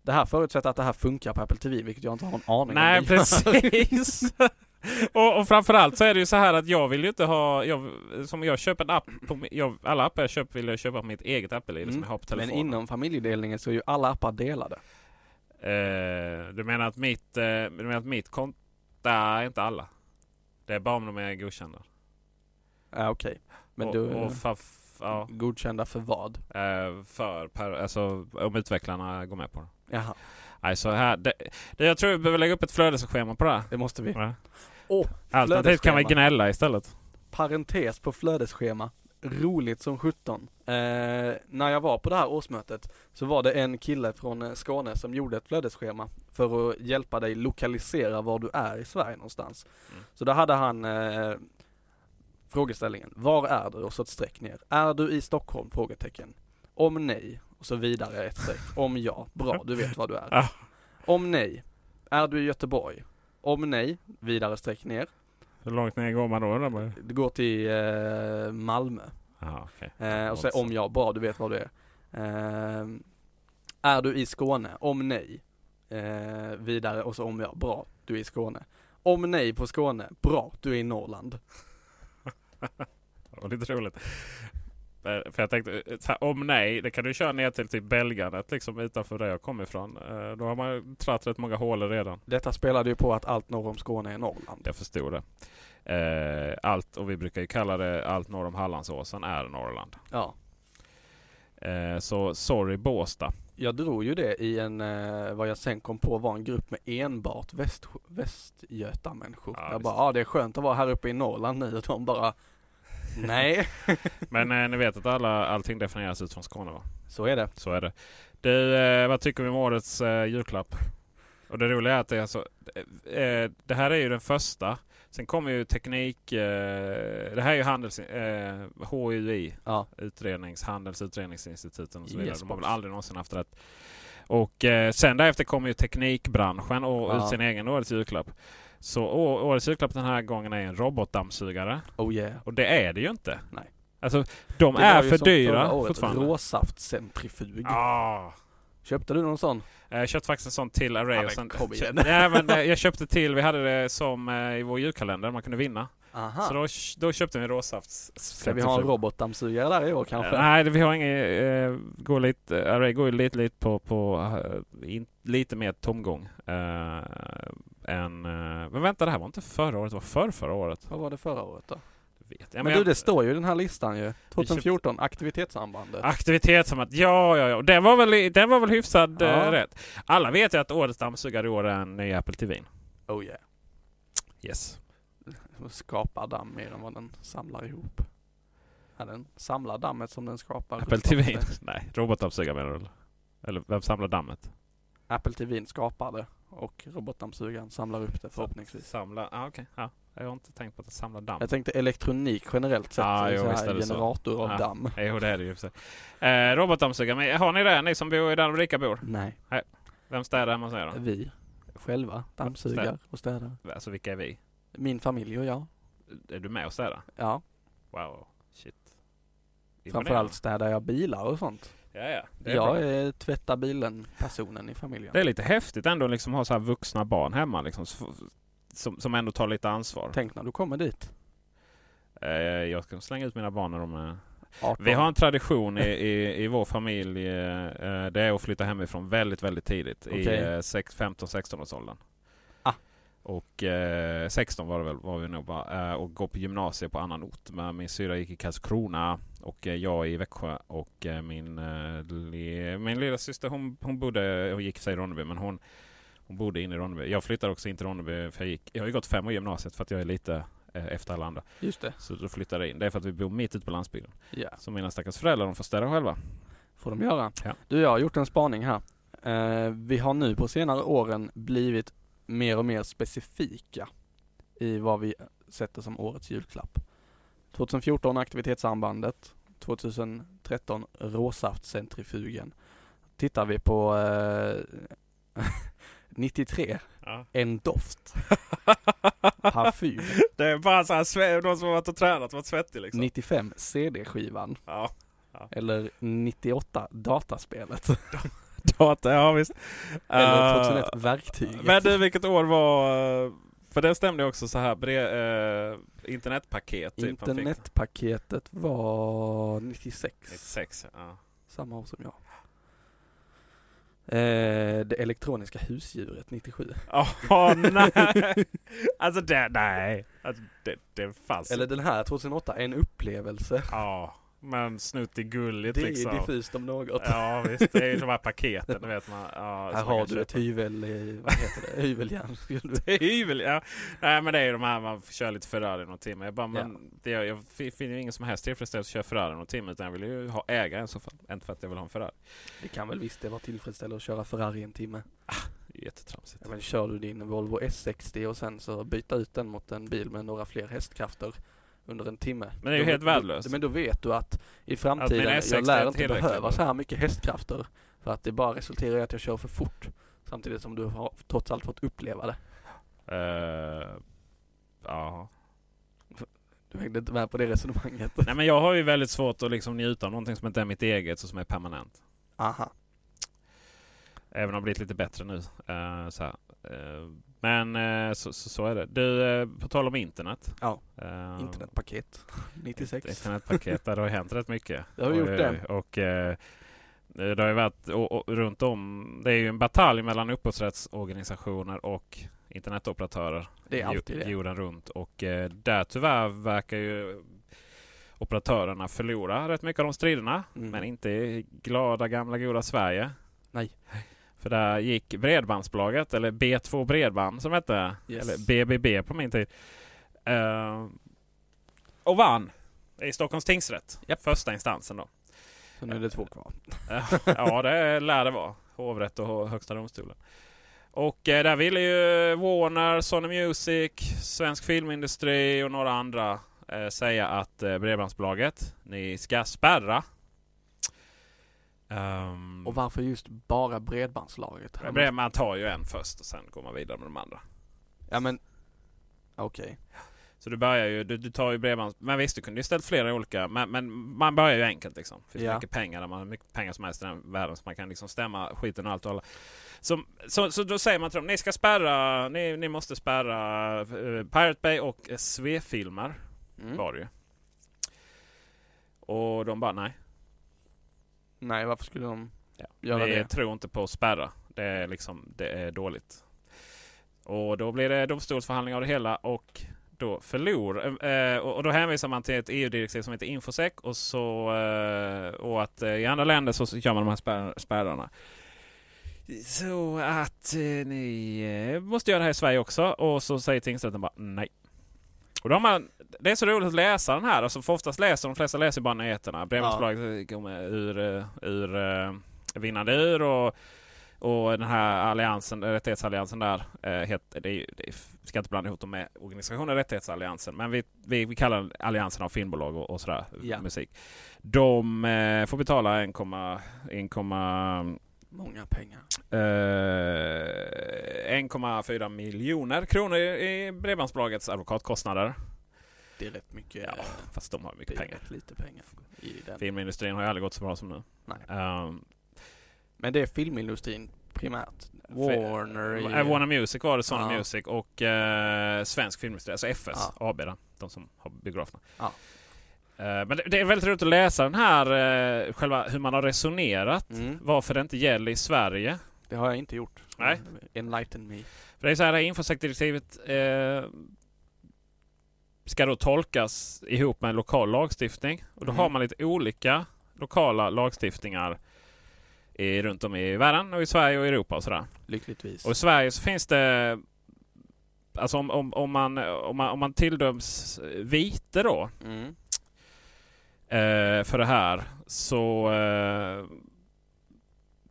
Speaker 1: Det här förutsätter att det här funkar på Apple TV, vilket jag inte har en aning
Speaker 2: Nej,
Speaker 1: om. det gör.
Speaker 2: precis. och, och framförallt så är det ju så här att jag vill ju inte ha... Jag, som jag köper en app på... mi- Jag, alla appar jag köper vill jag köpa på mitt eget Apple-ID som
Speaker 1: Mm.
Speaker 2: jag har på
Speaker 1: Men
Speaker 2: telefonen.
Speaker 1: inom familjedelningen så är ju alla appar delade.
Speaker 2: Eh, du menar att mitt, eh, du menar att mitt konto är inte alla? Det är bara om de är godkända.
Speaker 1: Ja, okej. Men
Speaker 2: och,
Speaker 1: du...
Speaker 2: och faf, ja,
Speaker 1: Godkända för vad?
Speaker 2: eh, för per, alltså om utvecklarna går med på det.
Speaker 1: Jaha.
Speaker 2: Nej, så här, det, det, jag tror vi behöver lägga upp ett flödesschema på det här.
Speaker 1: Det måste vi.
Speaker 2: Ja.
Speaker 1: Och
Speaker 2: Alternativt kan vi
Speaker 1: flödesschema.
Speaker 2: gnälla istället.
Speaker 1: parentes på flödesschema, roligt som sjutton. Eh, när jag var på det här årsmötet så var det en kille från eh, Skåne som gjorde ett flödesschema för att hjälpa dig lokalisera var du är i Sverige någonstans. Så då hade han eh, frågeställningen, var är du? Och så ett streck ner. Är du i Stockholm? Frågetecken. Om nej, och så vidare ett streck. Om ja, bra, du vet var du är.
Speaker 2: Ja.
Speaker 1: Om nej, är du i Göteborg? Om nej, vidare streck ner.
Speaker 2: Hur långt ner går man då? då?
Speaker 1: Det går till eh, Malmö.
Speaker 2: Ja, okej.
Speaker 1: Eh, och säg om ja, bra, du vet vad du är. Eh, är du i Skåne? Om nej. Eh, vidare och så om ja, bra, du är i Skåne. Om nej på Skåne, bra, du är i Norrland.
Speaker 2: Det var lite roligt. Eh, För jag tänkte, eh, så här, om nej, det kan du köra ner till typ Belgarnet liksom utanför där jag kommer ifrån. Eh, Då har man tratt rätt många hålor redan.
Speaker 1: Detta spelade ju på att allt norr om Skåne är Norrland.
Speaker 2: Jag förstod det. Eh, Allt, och vi brukar ju kalla det allt norr om Hallandsåsen är Norrland.
Speaker 1: Ja,
Speaker 2: Eh, Så sorry Båstad.
Speaker 1: jag drog ju det i en, eh, vad jag sen kom på var en grupp med enbart väst, västgötamänniskor.
Speaker 2: Ja,
Speaker 1: jag
Speaker 2: visst.
Speaker 1: bara, ja ah, det är skönt att vara här uppe i Norrland nu och de bara, nej.
Speaker 2: Men eh, ni vet att alla, allting definieras utifrån Skåne va?
Speaker 1: Så är det.
Speaker 2: Så är det. Du, eh, vad tycker vi om årets eh, julklapp? Och det roliga är att det är alltså, eh, det här är ju den första. Sen kommer ju teknik... Eh, det här är ju handels... Eh, HUI.
Speaker 1: Ja.
Speaker 2: Utrednings, handels och utredningsinstituten och så vidare.
Speaker 1: Yes,
Speaker 2: De har väl
Speaker 1: boss.
Speaker 2: aldrig någonsin haft rätt. Och eh, sen därefter kommer ju teknikbranschen och
Speaker 1: Ja.
Speaker 2: ut sin egen årets julklapp. Så å, årets julklapp den här gången är en robotdammsugare.
Speaker 1: Oh yeah.
Speaker 2: Och det är det ju inte.
Speaker 1: Nej.
Speaker 2: Alltså, de
Speaker 1: Det var
Speaker 2: är
Speaker 1: ju
Speaker 2: för
Speaker 1: som
Speaker 2: dyra
Speaker 1: förra året,
Speaker 2: fortfarande.
Speaker 1: Råsaftcentrifug.
Speaker 2: Ah.
Speaker 1: Köpte du någon sån?
Speaker 2: Eh, Jag köpte faktiskt en sån till Array.
Speaker 1: Ja,
Speaker 2: och
Speaker 1: men
Speaker 2: sen,
Speaker 1: kom igen.
Speaker 2: Nej, men eh, jag köpte till, vi hade det som eh, i vår julkalender, man kunde vinna.
Speaker 1: Aha.
Speaker 2: Så då, då köpte vi en råsafts...
Speaker 1: Ska vi ha en robotdammsugare där i år kanske?
Speaker 2: Eh, Nej, det- vi har ingen... Eh, går lite, Array går ju lite, lite på... på eh, in, lite mer tomgång. Eh, än, eh, men vänta, det här var inte förra året, det var förr, förra året.
Speaker 1: Vad var det förra året då?
Speaker 2: Vet. jag.
Speaker 1: men
Speaker 2: Men
Speaker 1: du,
Speaker 2: jag-
Speaker 1: det står ju i den här listan ju. 2014, aktivitetsarmbandet.
Speaker 2: Aktivitet som att ja, ja, ja. Och Den var väl, den var väl hyfsad
Speaker 1: Ja.
Speaker 2: eh, rätt. Alla vet ju att årets dammsugare i år är en ny Apple TV.
Speaker 1: Oh yeah.
Speaker 2: Yes.
Speaker 1: Skapar damm mer än vad den samlar ihop. Ja, den samlar dammet som den skapar.
Speaker 2: Apple TV? Nej, robotdammsugare menar du? eller? Eller vem samlar dammet?
Speaker 1: Apple TVn skapar det och robotdammsugaren samlar upp det förhoppningsvis.
Speaker 2: Samla, ah, okej. Ja, jag har inte tänkt på att samla damm.
Speaker 1: Jag tänkte elektronik generellt sett.
Speaker 2: Ja,
Speaker 1: så det är
Speaker 2: jo,
Speaker 1: så här
Speaker 2: visst är det så.
Speaker 1: generator av
Speaker 2: Ja.
Speaker 1: damm.
Speaker 2: Jo, det är det ju i och för sig. Eh, robotdammsugare, men har ni det ni som bor i där de rika bor?
Speaker 1: Nej,
Speaker 2: Vem städar hemma hos er då?
Speaker 1: vi själva dammsugar och städar.
Speaker 2: Alltså vilka är vi?
Speaker 1: Min familj och jag.
Speaker 2: Är du med och städar?
Speaker 1: Ja,
Speaker 2: Wow, shit.
Speaker 1: framförallt städar jag bilar och sånt.
Speaker 2: Ja, ja. Det är,
Speaker 1: Jag
Speaker 2: bra.
Speaker 1: är tvätta bilen-personen i familjen.
Speaker 2: det är lite häftigt ändå att liksom ha så här vuxna barn hemma liksom. s- Som, som ändå tar lite ansvar.
Speaker 1: Tänk när du kommer dit.
Speaker 2: Eh, jag ska slänga ut mina barn när de är
Speaker 1: 18.
Speaker 2: Vi har en tradition i, i, i vår familj. eh, eh, Det är att flytta hemifrån väldigt, väldigt tidigt.
Speaker 1: Okej.
Speaker 2: I eh, 15-16 års åldern.
Speaker 1: Ah.
Speaker 2: Och eh, 16 var det väl, var vi nog bara. eh, Och gå på gymnasiet på annan ort. Men min syra gick i Karlskrona och eh, jag i Växjö. Och eh, min, eh, le, min lilla syster hon, hon bodde, hon gick i sig i Ronneby men hon, hon bodde inne i Ronneby. Jag flyttade också in till Ronneby för jag gick, jag har ju gått fem år i gymnasiet för att jag är lite eh, efter alla andra.
Speaker 1: Just det.
Speaker 2: Så då flyttade jag in. Det är för att vi bor mitt ute på landsbygden.
Speaker 1: Ja,
Speaker 2: Så mina stackars föräldrar de får städa själva.
Speaker 1: får de göra.
Speaker 2: Ja.
Speaker 1: Du, jag har gjort en spaning här. Eh, vi har nu på senare åren blivit mer och mer specifika i vad vi sätter som årets julklapp. 2014 aktivitetsarmbandet, 2013 råsaftcentrifugen, tittar vi på eh, 93.
Speaker 2: Ja.
Speaker 1: En doft. Parfym.
Speaker 2: Det är bara så här, sve- de som har varit och tränat varit svettig liksom.
Speaker 1: 95. CD-skivan. Eller 98. Dataspelet.
Speaker 2: Data, ja visst.
Speaker 1: Eller
Speaker 2: Eh,
Speaker 1: 2001. Verktyget.
Speaker 2: Men du, vilket år var... eh, För den stämde ju också så här, bre, eh, internetpaket. Typ, man fick.
Speaker 1: Internetpaketet var 96.
Speaker 2: 96, ja.
Speaker 1: Samma år som jag. Eh, det elektroniska husdjuret 97.
Speaker 2: Åh nej! Alltså det, nej. Alltså, det, det fanns
Speaker 1: Eller den här 2008, en upplevelse.
Speaker 2: Ja, men snutig gulligt
Speaker 1: Det är
Speaker 2: liksom.
Speaker 1: diffust om något.
Speaker 2: Ja visst, det är ju de här paketen, du vet man. Ja,
Speaker 1: här
Speaker 2: som man
Speaker 1: har
Speaker 2: kan
Speaker 1: du ett
Speaker 2: köpa.
Speaker 1: hyvel, i- vad heter det, hyveljärn.
Speaker 2: Det är hyvel, ja. Nej men det är ju de här man kör lite Ferrari någon timme. Jag, bara, men det, jag, jag fi- finner ju ingen som helst tillfredsställelse att köra Ferrari någon timme. Utan jag vill ju ha äga en så fall. Inte för att jag vill ha en Ferrari.
Speaker 1: Det kan väl visst det vara tillfredsställande att köra Ferrari en timme.
Speaker 2: Jättetramsigt.
Speaker 1: Ja, men kör du din Volvo S60 och sen så byta ut den mot en bil med några fler hästkrafter under en timme.
Speaker 2: Men det är ju
Speaker 1: Då-
Speaker 2: helt
Speaker 1: då-
Speaker 2: värdelöst.
Speaker 1: Men då vet du att i
Speaker 2: Att min
Speaker 1: framtiden,
Speaker 2: S60
Speaker 1: jag lär
Speaker 2: är
Speaker 1: inte
Speaker 2: tillräckligt
Speaker 1: behöva
Speaker 2: bra.
Speaker 1: så här mycket hästkrafter. För att det bara resulterar i att jag kör för fort. Samtidigt som du har trots allt fått uppleva det.
Speaker 2: Eh, ja.
Speaker 1: Du hängde inte med på det resonemanget.
Speaker 2: Nej men jag har ju väldigt svårt att liksom njuta av någonting som inte är mitt eget och som är permanent.
Speaker 1: Aha.
Speaker 2: Även om det har blivit lite bättre nu. eh, så här. Eh, men eh, så, så, så är det. Du, eh, på tal om internet.
Speaker 1: Ja.
Speaker 2: Eh,
Speaker 1: Internetpaket 96.
Speaker 2: Internetpaket, där det har hänt rätt mycket.
Speaker 1: Det har ju gjort
Speaker 2: Oj,
Speaker 1: det.
Speaker 2: oj, oj. Och, eh, det har ju varit och, och, runt om. Det är ju en batalj mellan upphovsrättsorganisationer och internetoperatörer.
Speaker 1: Det är
Speaker 2: ju-
Speaker 1: alltid det.
Speaker 2: Jorden runt. Och eh, där tyvärr verkar ju operatörerna förlora rätt mycket av de striderna.
Speaker 1: Mm.
Speaker 2: Men inte i glada gamla goda Sverige.
Speaker 1: Nej.
Speaker 2: För där gick Bredbandsbolaget, eller B2 Bredband som hette,
Speaker 1: Yes.
Speaker 2: eller BBB på min tid. Eh, och vann i Stockholms tingsrätt. Första instansen då. Eh,
Speaker 1: Så nu är det två kvar.
Speaker 2: ja, det lär det vara. Hovrätt och Högsta domstolen. Och eh, där ville ju Warner, Sony Music, Svensk Filmindustri och några andra eh, säga att eh, Bredbandsbolaget, ni ska spärra. Ehm,
Speaker 1: Och varför just bara bredbandslaget?
Speaker 2: Bred- man tar ju en först och sen går man vidare med de andra.
Speaker 1: Ja men, okej.
Speaker 2: Så du börjar ju, du, du tar ju bredband. Men visst, du kunde ju ställt flera olika. Men, men man börjar ju enkelt liksom. Det finns
Speaker 1: Ja.
Speaker 2: mycket pengar där man har mycket pengar som helst i den världen. Så man kan liksom stämma skiten och allt och alla. Så, så, så då säger man till dem, ni ska spärra, ni, ni måste spärra eh, Pirate Bay och SV-filmer.
Speaker 1: Mm.
Speaker 2: Var det ju. Och de bara, nej.
Speaker 1: Nej, varför skulle de göra
Speaker 2: Vi
Speaker 1: det?
Speaker 2: tror inte på att spärra. Det är liksom, det är dåligt. Och då blir det domstolsförhandling av det hela och då förlor. Eh, och och då hänvisar man till ett EU-direktiv som heter Infosec och, så, eh, och att eh, i andra länder så gör man de här spärr- spärrarna. Så att eh, ni eh, måste göra det här i Sverige också. Och så säger tingsrätten bara nej. Och då har man, det är så roligt att läsa den här. Alltså för oftast läser de flesta läser bara nyheterna. Brevbolaget går med ur, eh, ur eh, vinnande ur och, och den här alliansen, rättighetsalliansen där. eh, heter- Det är, ju- det är, vi ska inte blanda ihop dem med organisationen Rättighetsalliansen. Men vi, vi, vi kallar den alliansen av filmbolag och, och sådär.
Speaker 1: Ja.
Speaker 2: Musik. De eh, får betala 1,1, 1,1
Speaker 1: Många pengar.
Speaker 2: Eh, 1,4 miljoner kronor i i Bredbandsbolagets advokatkostnader.
Speaker 1: Det är rätt mycket.
Speaker 2: Ja, fast de har mycket
Speaker 1: det är
Speaker 2: pengar.
Speaker 1: Rätt lite pengar i den.
Speaker 2: Filmindustrin har ju aldrig gått så bra som nu.
Speaker 1: Nej.
Speaker 2: Ehm,
Speaker 1: Men det är filmindustrin primärt. Warner. i-
Speaker 2: Eh, Warner Music var det, Sony
Speaker 1: Ja.
Speaker 2: Music och eh, Svensk Filmindustri, alltså FS
Speaker 1: Ja.
Speaker 2: AB, då, de som har biograferna.
Speaker 1: Ja.
Speaker 2: Eh, Men det- det är väldigt roligt att läsa den här, eh, själva hur man har resonerat, varför det inte gäller i Sverige.
Speaker 1: Mm, Det har jag inte gjort.
Speaker 2: Nej.
Speaker 1: Enlighten me.
Speaker 2: För det är så här, det här infosec-direktivet eh, ska då tolkas ihop med en lokal lagstiftning. Och då
Speaker 1: Mhm.
Speaker 2: har man lite olika lokala lagstiftningar i, runt om i världen och i Sverige och Europa och sådär.
Speaker 1: Lyckligtvis.
Speaker 2: Och i Sverige så finns det... Alltså om, om, om, man, om, man, om man tilldöms vite då
Speaker 1: Mm.
Speaker 2: eh, för det här så... Eh,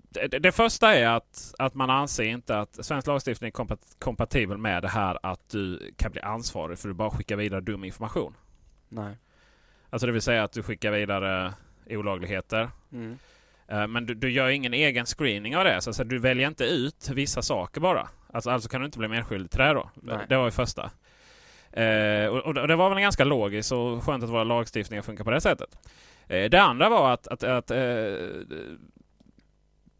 Speaker 2: det, det- det första är att, att man anser inte att svensk lagstiftning är kompat, kompatibel med det här att du kan bli ansvarig för att du bara skickar vidare dum information.
Speaker 1: Nej.
Speaker 2: Alltså det vill säga att du skickar vidare olagligheter.
Speaker 1: Mm.
Speaker 2: Eh, Men du, du gör ingen egen screening av det, så, så du väljer inte ut vissa saker bara. Alltså, alltså kan du inte bli medskyldig till det då.
Speaker 1: Nej.
Speaker 2: Det var ju första. Eh, och, och det och det var väl ganska logiskt och skönt att våra lagstiftningar funkar på det sättet. Eh, det andra var att, att, att eh,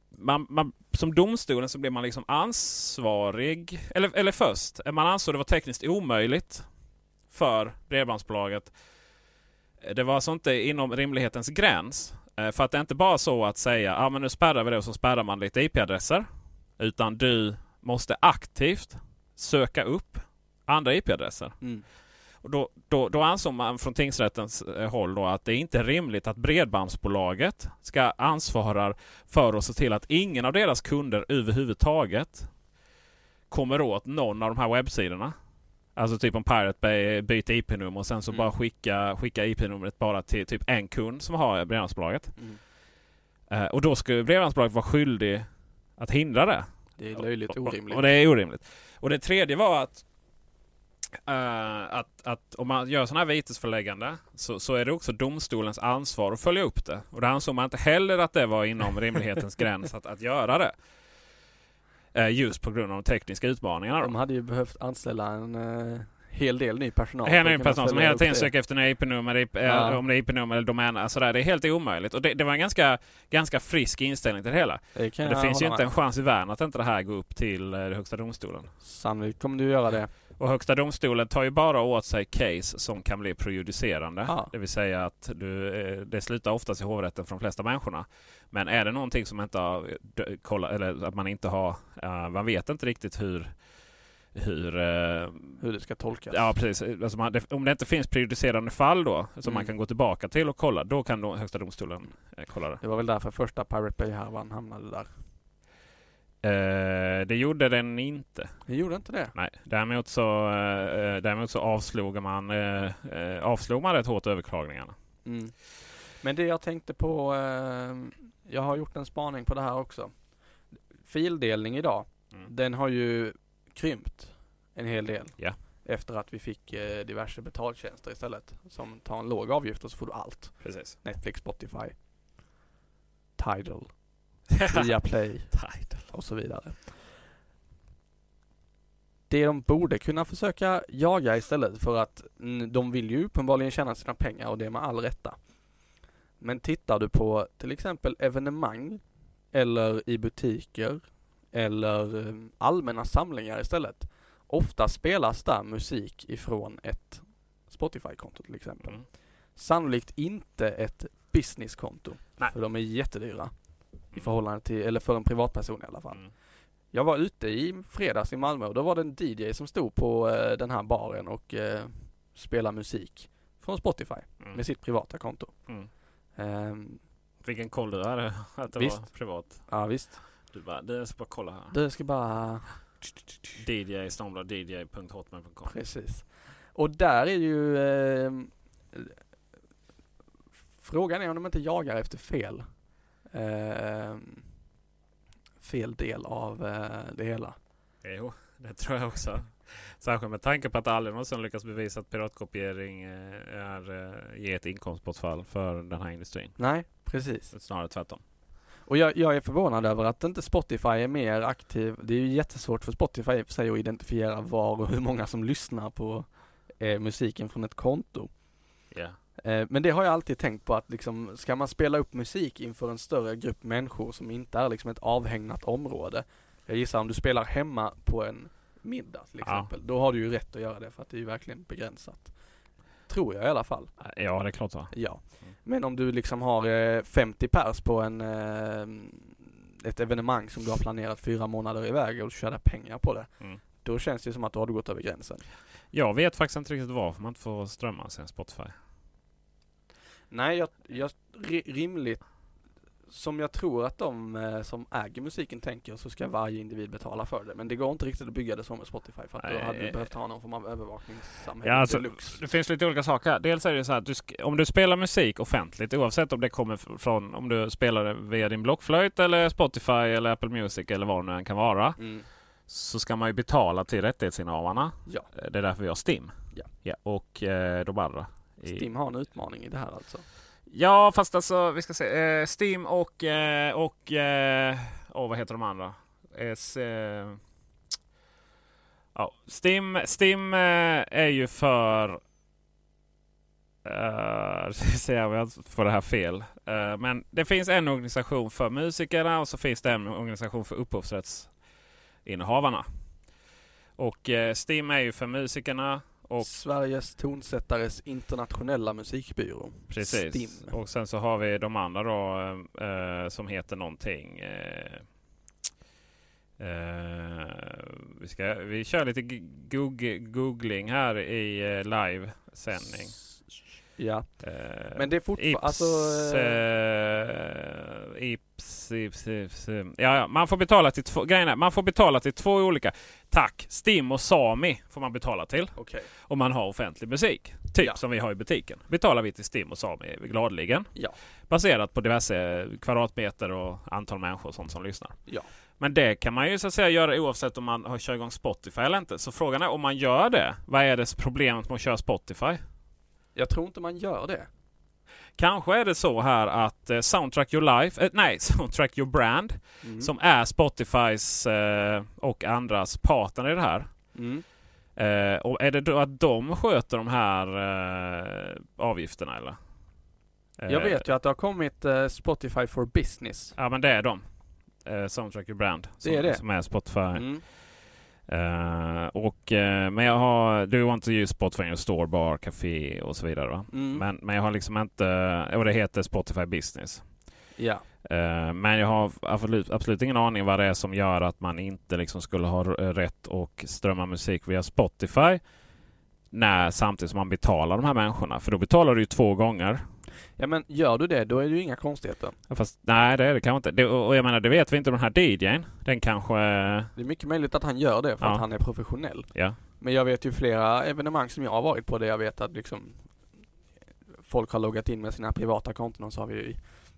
Speaker 2: man, man, som domstolen så blev man liksom ansvarig. Eller, eller först, eh, man ansåg det var tekniskt omöjligt för bredbandsbolaget. Eh, Det var alltså inte inom rimlighetens gräns. Eh, För att det är inte bara så att säga ah, men nu spärrar vi det och så spärrar man lite IP-adresser. Utan du måste aktivt söka upp andra IP-adresser.
Speaker 1: Mm.
Speaker 2: Och då, då, då ansåg man från tingsrättens eh, håll då att det är inte rimligt att bredbandsbolaget ska ansvara för att se till att ingen av deras kunder överhuvudtaget kommer åt någon av de här webbsidorna. Alltså typ om Pirate Bay byter IP-nummer och sen
Speaker 1: Mm.
Speaker 2: så bara skicka, skicka IP-numret bara till typ en kund som har bredbandsbolaget.
Speaker 1: Mm.
Speaker 2: Eh, och då skulle bredbandsbolaget vara skyldig att hindra det.
Speaker 1: Det är löjligt
Speaker 2: Och-
Speaker 1: orimligt.
Speaker 2: Och det är orimligt. Och det tredje var att, eh, att, att om man gör sådana här vitesförläggande så, så är det också domstolens ansvar att följa upp det. Och det ansåg man inte heller att det var inom rimlighetens gräns att, att göra det. Eh, just på grund av de tekniska utmaningarna. Då.
Speaker 1: De hade ju behövt anställa en eh, hel del ny personal.
Speaker 2: Här
Speaker 1: för
Speaker 2: är
Speaker 1: att
Speaker 2: en
Speaker 1: kunna
Speaker 2: person som
Speaker 1: följa
Speaker 2: hela
Speaker 1: upp
Speaker 2: tiden
Speaker 1: det.
Speaker 2: söker efter en IP-nummer, IP,
Speaker 1: Ja.
Speaker 2: eh, om det är IP-nummer eller domän. Alltså där, det är helt omöjligt. Och det, det var en ganska, ganska frisk inställning till det hela.
Speaker 1: Det kan
Speaker 2: Men det
Speaker 1: jag
Speaker 2: finns ju
Speaker 1: hålla
Speaker 2: inte
Speaker 1: med.
Speaker 2: en chans i världen att inte det här går upp till eh, Högsta domstolen.
Speaker 1: Sannolikt kommer du göra det.
Speaker 2: Och Högsta domstolen tar ju bara åt sig case som kan bli prejudicerande. Det vill säga att du, eh, det slutar oftast i hovrätten för de flesta människorna. Men är det någonting som inte har, dö- kolla, eller att man inte har, eh, man vet inte riktigt hur hur, eh,
Speaker 1: hur det ska tolkas.
Speaker 2: Ja, precis. Alltså man, det, om det inte finns prejudicerande fall då som man
Speaker 1: Mm.
Speaker 2: kan gå tillbaka till och kolla, då kan då Högsta domstolen eh, kolla det.
Speaker 1: Det var väl därför första Pirate Bay-härvan hamnade där.
Speaker 2: Eh, det gjorde den inte.
Speaker 1: Det gjorde inte det?
Speaker 2: Nej, däremot så, eh, däremot så avslog, man, eh, eh, avslog man rätt hårt överklagningarna.
Speaker 1: Mm. Men det jag tänkte på, eh, jag har gjort en spaning på det här också. Fildelning idag, den har ju krympt en hel del.
Speaker 2: Ja.
Speaker 1: Efter att vi fick eh, diverse betaltjänster istället. Som tar en låg avgift och så får du allt.
Speaker 2: Precis.
Speaker 1: Netflix, Spotify, Tidal, Viaplay och så vidare. Det de borde kunna försöka jaga istället för att mm, de vill ju uppenbarligen tjäna sina pengar och det med all rätta. Men tittar du på till exempel evenemang eller i butiker eller eh, allmänna samlingar istället. Ofta spelas där musik ifrån ett Spotify-konto till exempel.
Speaker 2: Mm.
Speaker 1: Sannolikt inte ett businesskonto. För de är jättedyra. I förhållande till, eller för en privatperson i alla fall. Jag var ute i fredags i Malmö och då var det en DJ som stod på eh, den här baren och eh, spelade musik från Spotify med sitt privata konto.
Speaker 2: Mm.
Speaker 1: Ehm,
Speaker 2: Vilken koll du hade, att det var
Speaker 1: Visst.
Speaker 2: privat.
Speaker 1: ja visst.
Speaker 2: Du bara, du jag ska bara kolla här.
Speaker 1: Du jag ska bara...
Speaker 2: DJ, snabla dj.hotmail.com.
Speaker 1: Precis. Och där är ju... ehm, Eh, frågan är om de inte jagar efter fel. ehm, fel del av eh, det hela.
Speaker 2: Jo, det tror jag också. Särskilt med tanke på att aldrig någonsin lyckats bevisa att piratkopiering eh, är, eh, ger ett inkomstbortfall för den här industrin.
Speaker 1: Nej, precis.
Speaker 2: Snarare tvärtom.
Speaker 1: Och jag, jag är förvånad över att inte Spotify är mer aktiv. Det är ju jättesvårt för Spotify i och för sig att identifiera var och hur många som lyssnar på eh, musiken från ett konto.
Speaker 2: Ja.
Speaker 1: Eh, men det har jag alltid tänkt på att liksom, ska man spela upp musik inför en större grupp människor som inte är liksom ett avhägnat område. Jag gissar om du spelar hemma på en middag till
Speaker 2: Ja.
Speaker 1: exempel. Då har du ju rätt att göra det för att det är ju verkligen begränsat. Tror jag i alla fall.
Speaker 2: Ja, det är klart så.
Speaker 1: Ja. Men om du liksom har eh, 50 pers på en, eh, ett evenemang som du har planerat fyra månader iväg och du tjänar pengar på det.
Speaker 2: Mm.
Speaker 1: Då känns det ju som att då har du gått över gränsen.
Speaker 2: Jag vet faktiskt inte riktigt varför man inte får strömma sin Spotify.
Speaker 1: Nej, jag, jag ri- rimligt som jag tror att de eh, som äger musiken tänker så ska varje individ betala för det. Men det går inte riktigt att bygga det så med Spotify för att då
Speaker 2: Nej.
Speaker 1: hade du behövt ha någon form av övervakningssamhälle.
Speaker 2: Ja, alltså,
Speaker 1: deluxe.
Speaker 2: det finns lite olika saker. här. Dels är det så här att du sk- om du spelar musik offentligt, oavsett om det kommer f- från om du spelar det via din blockflöjt eller Spotify eller Apple Music eller vad det nu än kan vara.
Speaker 1: Mm.
Speaker 2: Så ska man ju betala till rättighetsinnehavarna.
Speaker 1: Ja.
Speaker 2: Eh, Det är därför vi har STIM.
Speaker 1: Ja.
Speaker 2: och eh, de andra. i-
Speaker 1: Stim har en utmaning i det här alltså.
Speaker 2: Ja, fast alltså vi ska se. Eh, Steam och... Eh, och eh, åh, vad heter de andra? Eh, s- eh, ja, Steam, Steam eh, är ju för... Eh, se om jag får det här fel. Eh, men det finns en organisation för musikerna och så finns det en organisation för upphovsrättsinnehavarna. Och eh, Steam är ju för musikerna och
Speaker 1: Sveriges tonsättares internationella musikbyrå.
Speaker 2: Precis.
Speaker 1: Stim.
Speaker 2: Och sen så har vi de andra då eh, som heter någonting. Eh, eh, vi, ska, vi kör lite g- goog- googling här i eh, livesändning.
Speaker 1: Ja.
Speaker 2: Eh,
Speaker 1: Men det är fortfar-
Speaker 2: Ips,
Speaker 1: alltså,
Speaker 2: eh, Ips, Ips, Ips, eh, Ja, ja, man får betala till två, grejen är, man får betala till två olika. Tack! Stim och Sami får man betala till.
Speaker 1: Okej.
Speaker 2: Om man har offentlig musik. Typ som vi har i butiken. Betalar vi till Stim och Sami gladeligen.
Speaker 1: Ja.
Speaker 2: Baserat på diverse kvadratmeter och antal människor och sånt som lyssnar.
Speaker 1: Ja.
Speaker 2: Men det kan man ju så att säga göra oavsett om man har kör igång Spotify eller inte. Så frågan är om man gör det, vad är det problemet med att köra Spotify?
Speaker 1: Jag tror inte man gör det.
Speaker 2: Kanske är det så här att eh, Soundtrack Your Life, eh, nej Soundtrack Your Brand,
Speaker 1: Mm.
Speaker 2: som är Spotifys eh, och andras partner i det här.
Speaker 1: Mm.
Speaker 2: Eh, och är det då att de sköter de här eh, avgifterna eller? Eh.
Speaker 1: Jag vet ju att det har kommit eh, Spotify for Business.
Speaker 2: Ja men det är de. Eh, Soundtrack Your Brand. Som,
Speaker 1: Det är det.
Speaker 2: som är Spotify.
Speaker 1: Mm.
Speaker 2: Eh, och, eh, men jag har... Do you want to use Spotify in your store, bar, café och så vidare va?
Speaker 1: Mm.
Speaker 2: Men, men jag har liksom inte... Och det heter Spotify Business.
Speaker 1: Ja.
Speaker 2: Eh, men jag har absolut, absolut ingen aning vad det är som gör att man inte liksom skulle ha r- rätt och strömma musik via Spotify. När, samtidigt som man betalar de här människorna. För då betalar du ju två gånger.
Speaker 1: Ja men gör du det, då är det ju inga konstigheter.
Speaker 2: Ja, Fast nej, det är det kanske inte. Det, och och jag menar, det vet vi inte. Den här DJn, den kanske...
Speaker 1: Det är mycket möjligt att han gör det för
Speaker 2: Ja.
Speaker 1: att han är professionell.
Speaker 2: Ja.
Speaker 1: Men jag vet ju flera evenemang som jag har varit på där jag vet att liksom folk har loggat in med sina privata konton och så har vi ju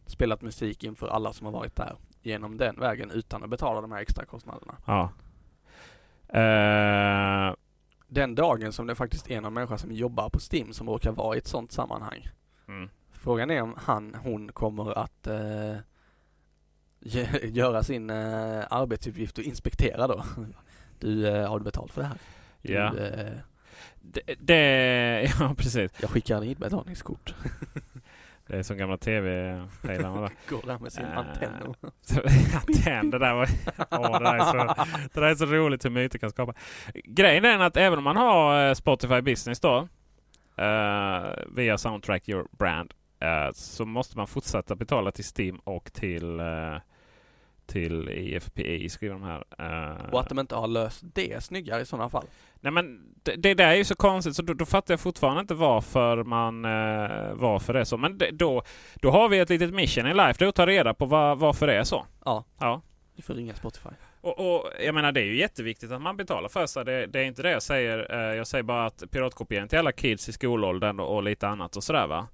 Speaker 1: spelat musik inför alla som har varit där genom den vägen utan att betala de här extra kostnaderna.
Speaker 2: Ja. Eh,
Speaker 1: Den dagen som det faktiskt är någon människa som jobbar på Steam som råkar vara i ett sånt sammanhang.
Speaker 2: Mm.
Speaker 1: Frågan är om han, hon kommer att eh, gö- göra sin eh, arbetsuppgift och inspektera då. Du, eh, har du betalt för det här? Du,
Speaker 2: Ja.
Speaker 1: eh,
Speaker 2: det, det... Ja, precis.
Speaker 1: Jag skickar in betalningskort.
Speaker 2: Det är som gamla tv-pejlarna där.
Speaker 1: Går där med sin
Speaker 2: Eh,
Speaker 1: antenn.
Speaker 2: så- antenn, det där var... Åh, det, där är så, det där är så roligt hur myter kan skapa. Grejen är att även om man har eh, Spotify Business då. eh, via Soundtrack Your Brand. eh, så måste man fortsätta betala till Steam och till... eh, till E IFPI skriver de här. eh,
Speaker 1: Och att de inte har löst det snyggare i sådana fall.
Speaker 2: Nej men det, det där är ju så konstigt så då, då fattar jag fortfarande inte varför man eh, varför det är så. Men det, då, då har vi ett litet mission i life. Det är att ta reda på va- varför det är så.
Speaker 1: Ja.
Speaker 2: ja.
Speaker 1: Du får ringa Spotify.
Speaker 2: Och, och jag menar det är ju jätteviktigt att man betalar för sig. Det, det är inte det jag säger. Eh, jag säger bara att piratkopiering till alla kids i skolåldern och, och lite annat och sådär va.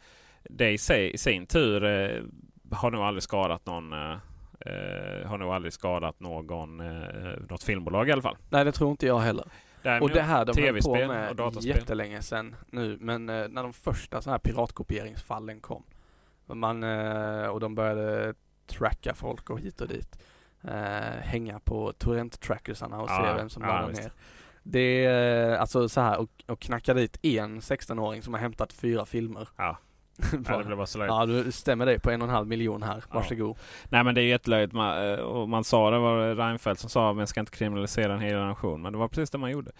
Speaker 2: Det i, sig, i sin tur eh, har nog aldrig skadat någon. Eh, eh, har nog aldrig skadat någon, eh, något filmbolag i alla fall.
Speaker 1: Nej, det tror inte jag heller.
Speaker 2: Däremot
Speaker 1: och det här de höll på
Speaker 2: TV-spel och
Speaker 1: med
Speaker 2: dataspel.
Speaker 1: jättelänge sedan nu, men eh, när de första sådana här piratkopieringsfallen kom man, eh, och de började tracka folk och hit och dit, eh, hänga på torrent-trackersarna och
Speaker 2: Ja,
Speaker 1: se vem som
Speaker 2: ja,
Speaker 1: laddar
Speaker 2: visst.
Speaker 1: ner. Det är eh, alltså så här och, och knacka dit en 16-åring som har hämtat fyra filmer.
Speaker 2: Ja.
Speaker 1: bara,
Speaker 2: det blev bara så löjligt.
Speaker 1: ja, du stämmer dig på en och en halv miljon här. Varsågod.
Speaker 2: Nej men det är ju jättelöjligt. Man, eh, och man sa det var det Reinfeldt som sa man ska inte kriminalisera en hel generation. Men det var precis det man gjorde.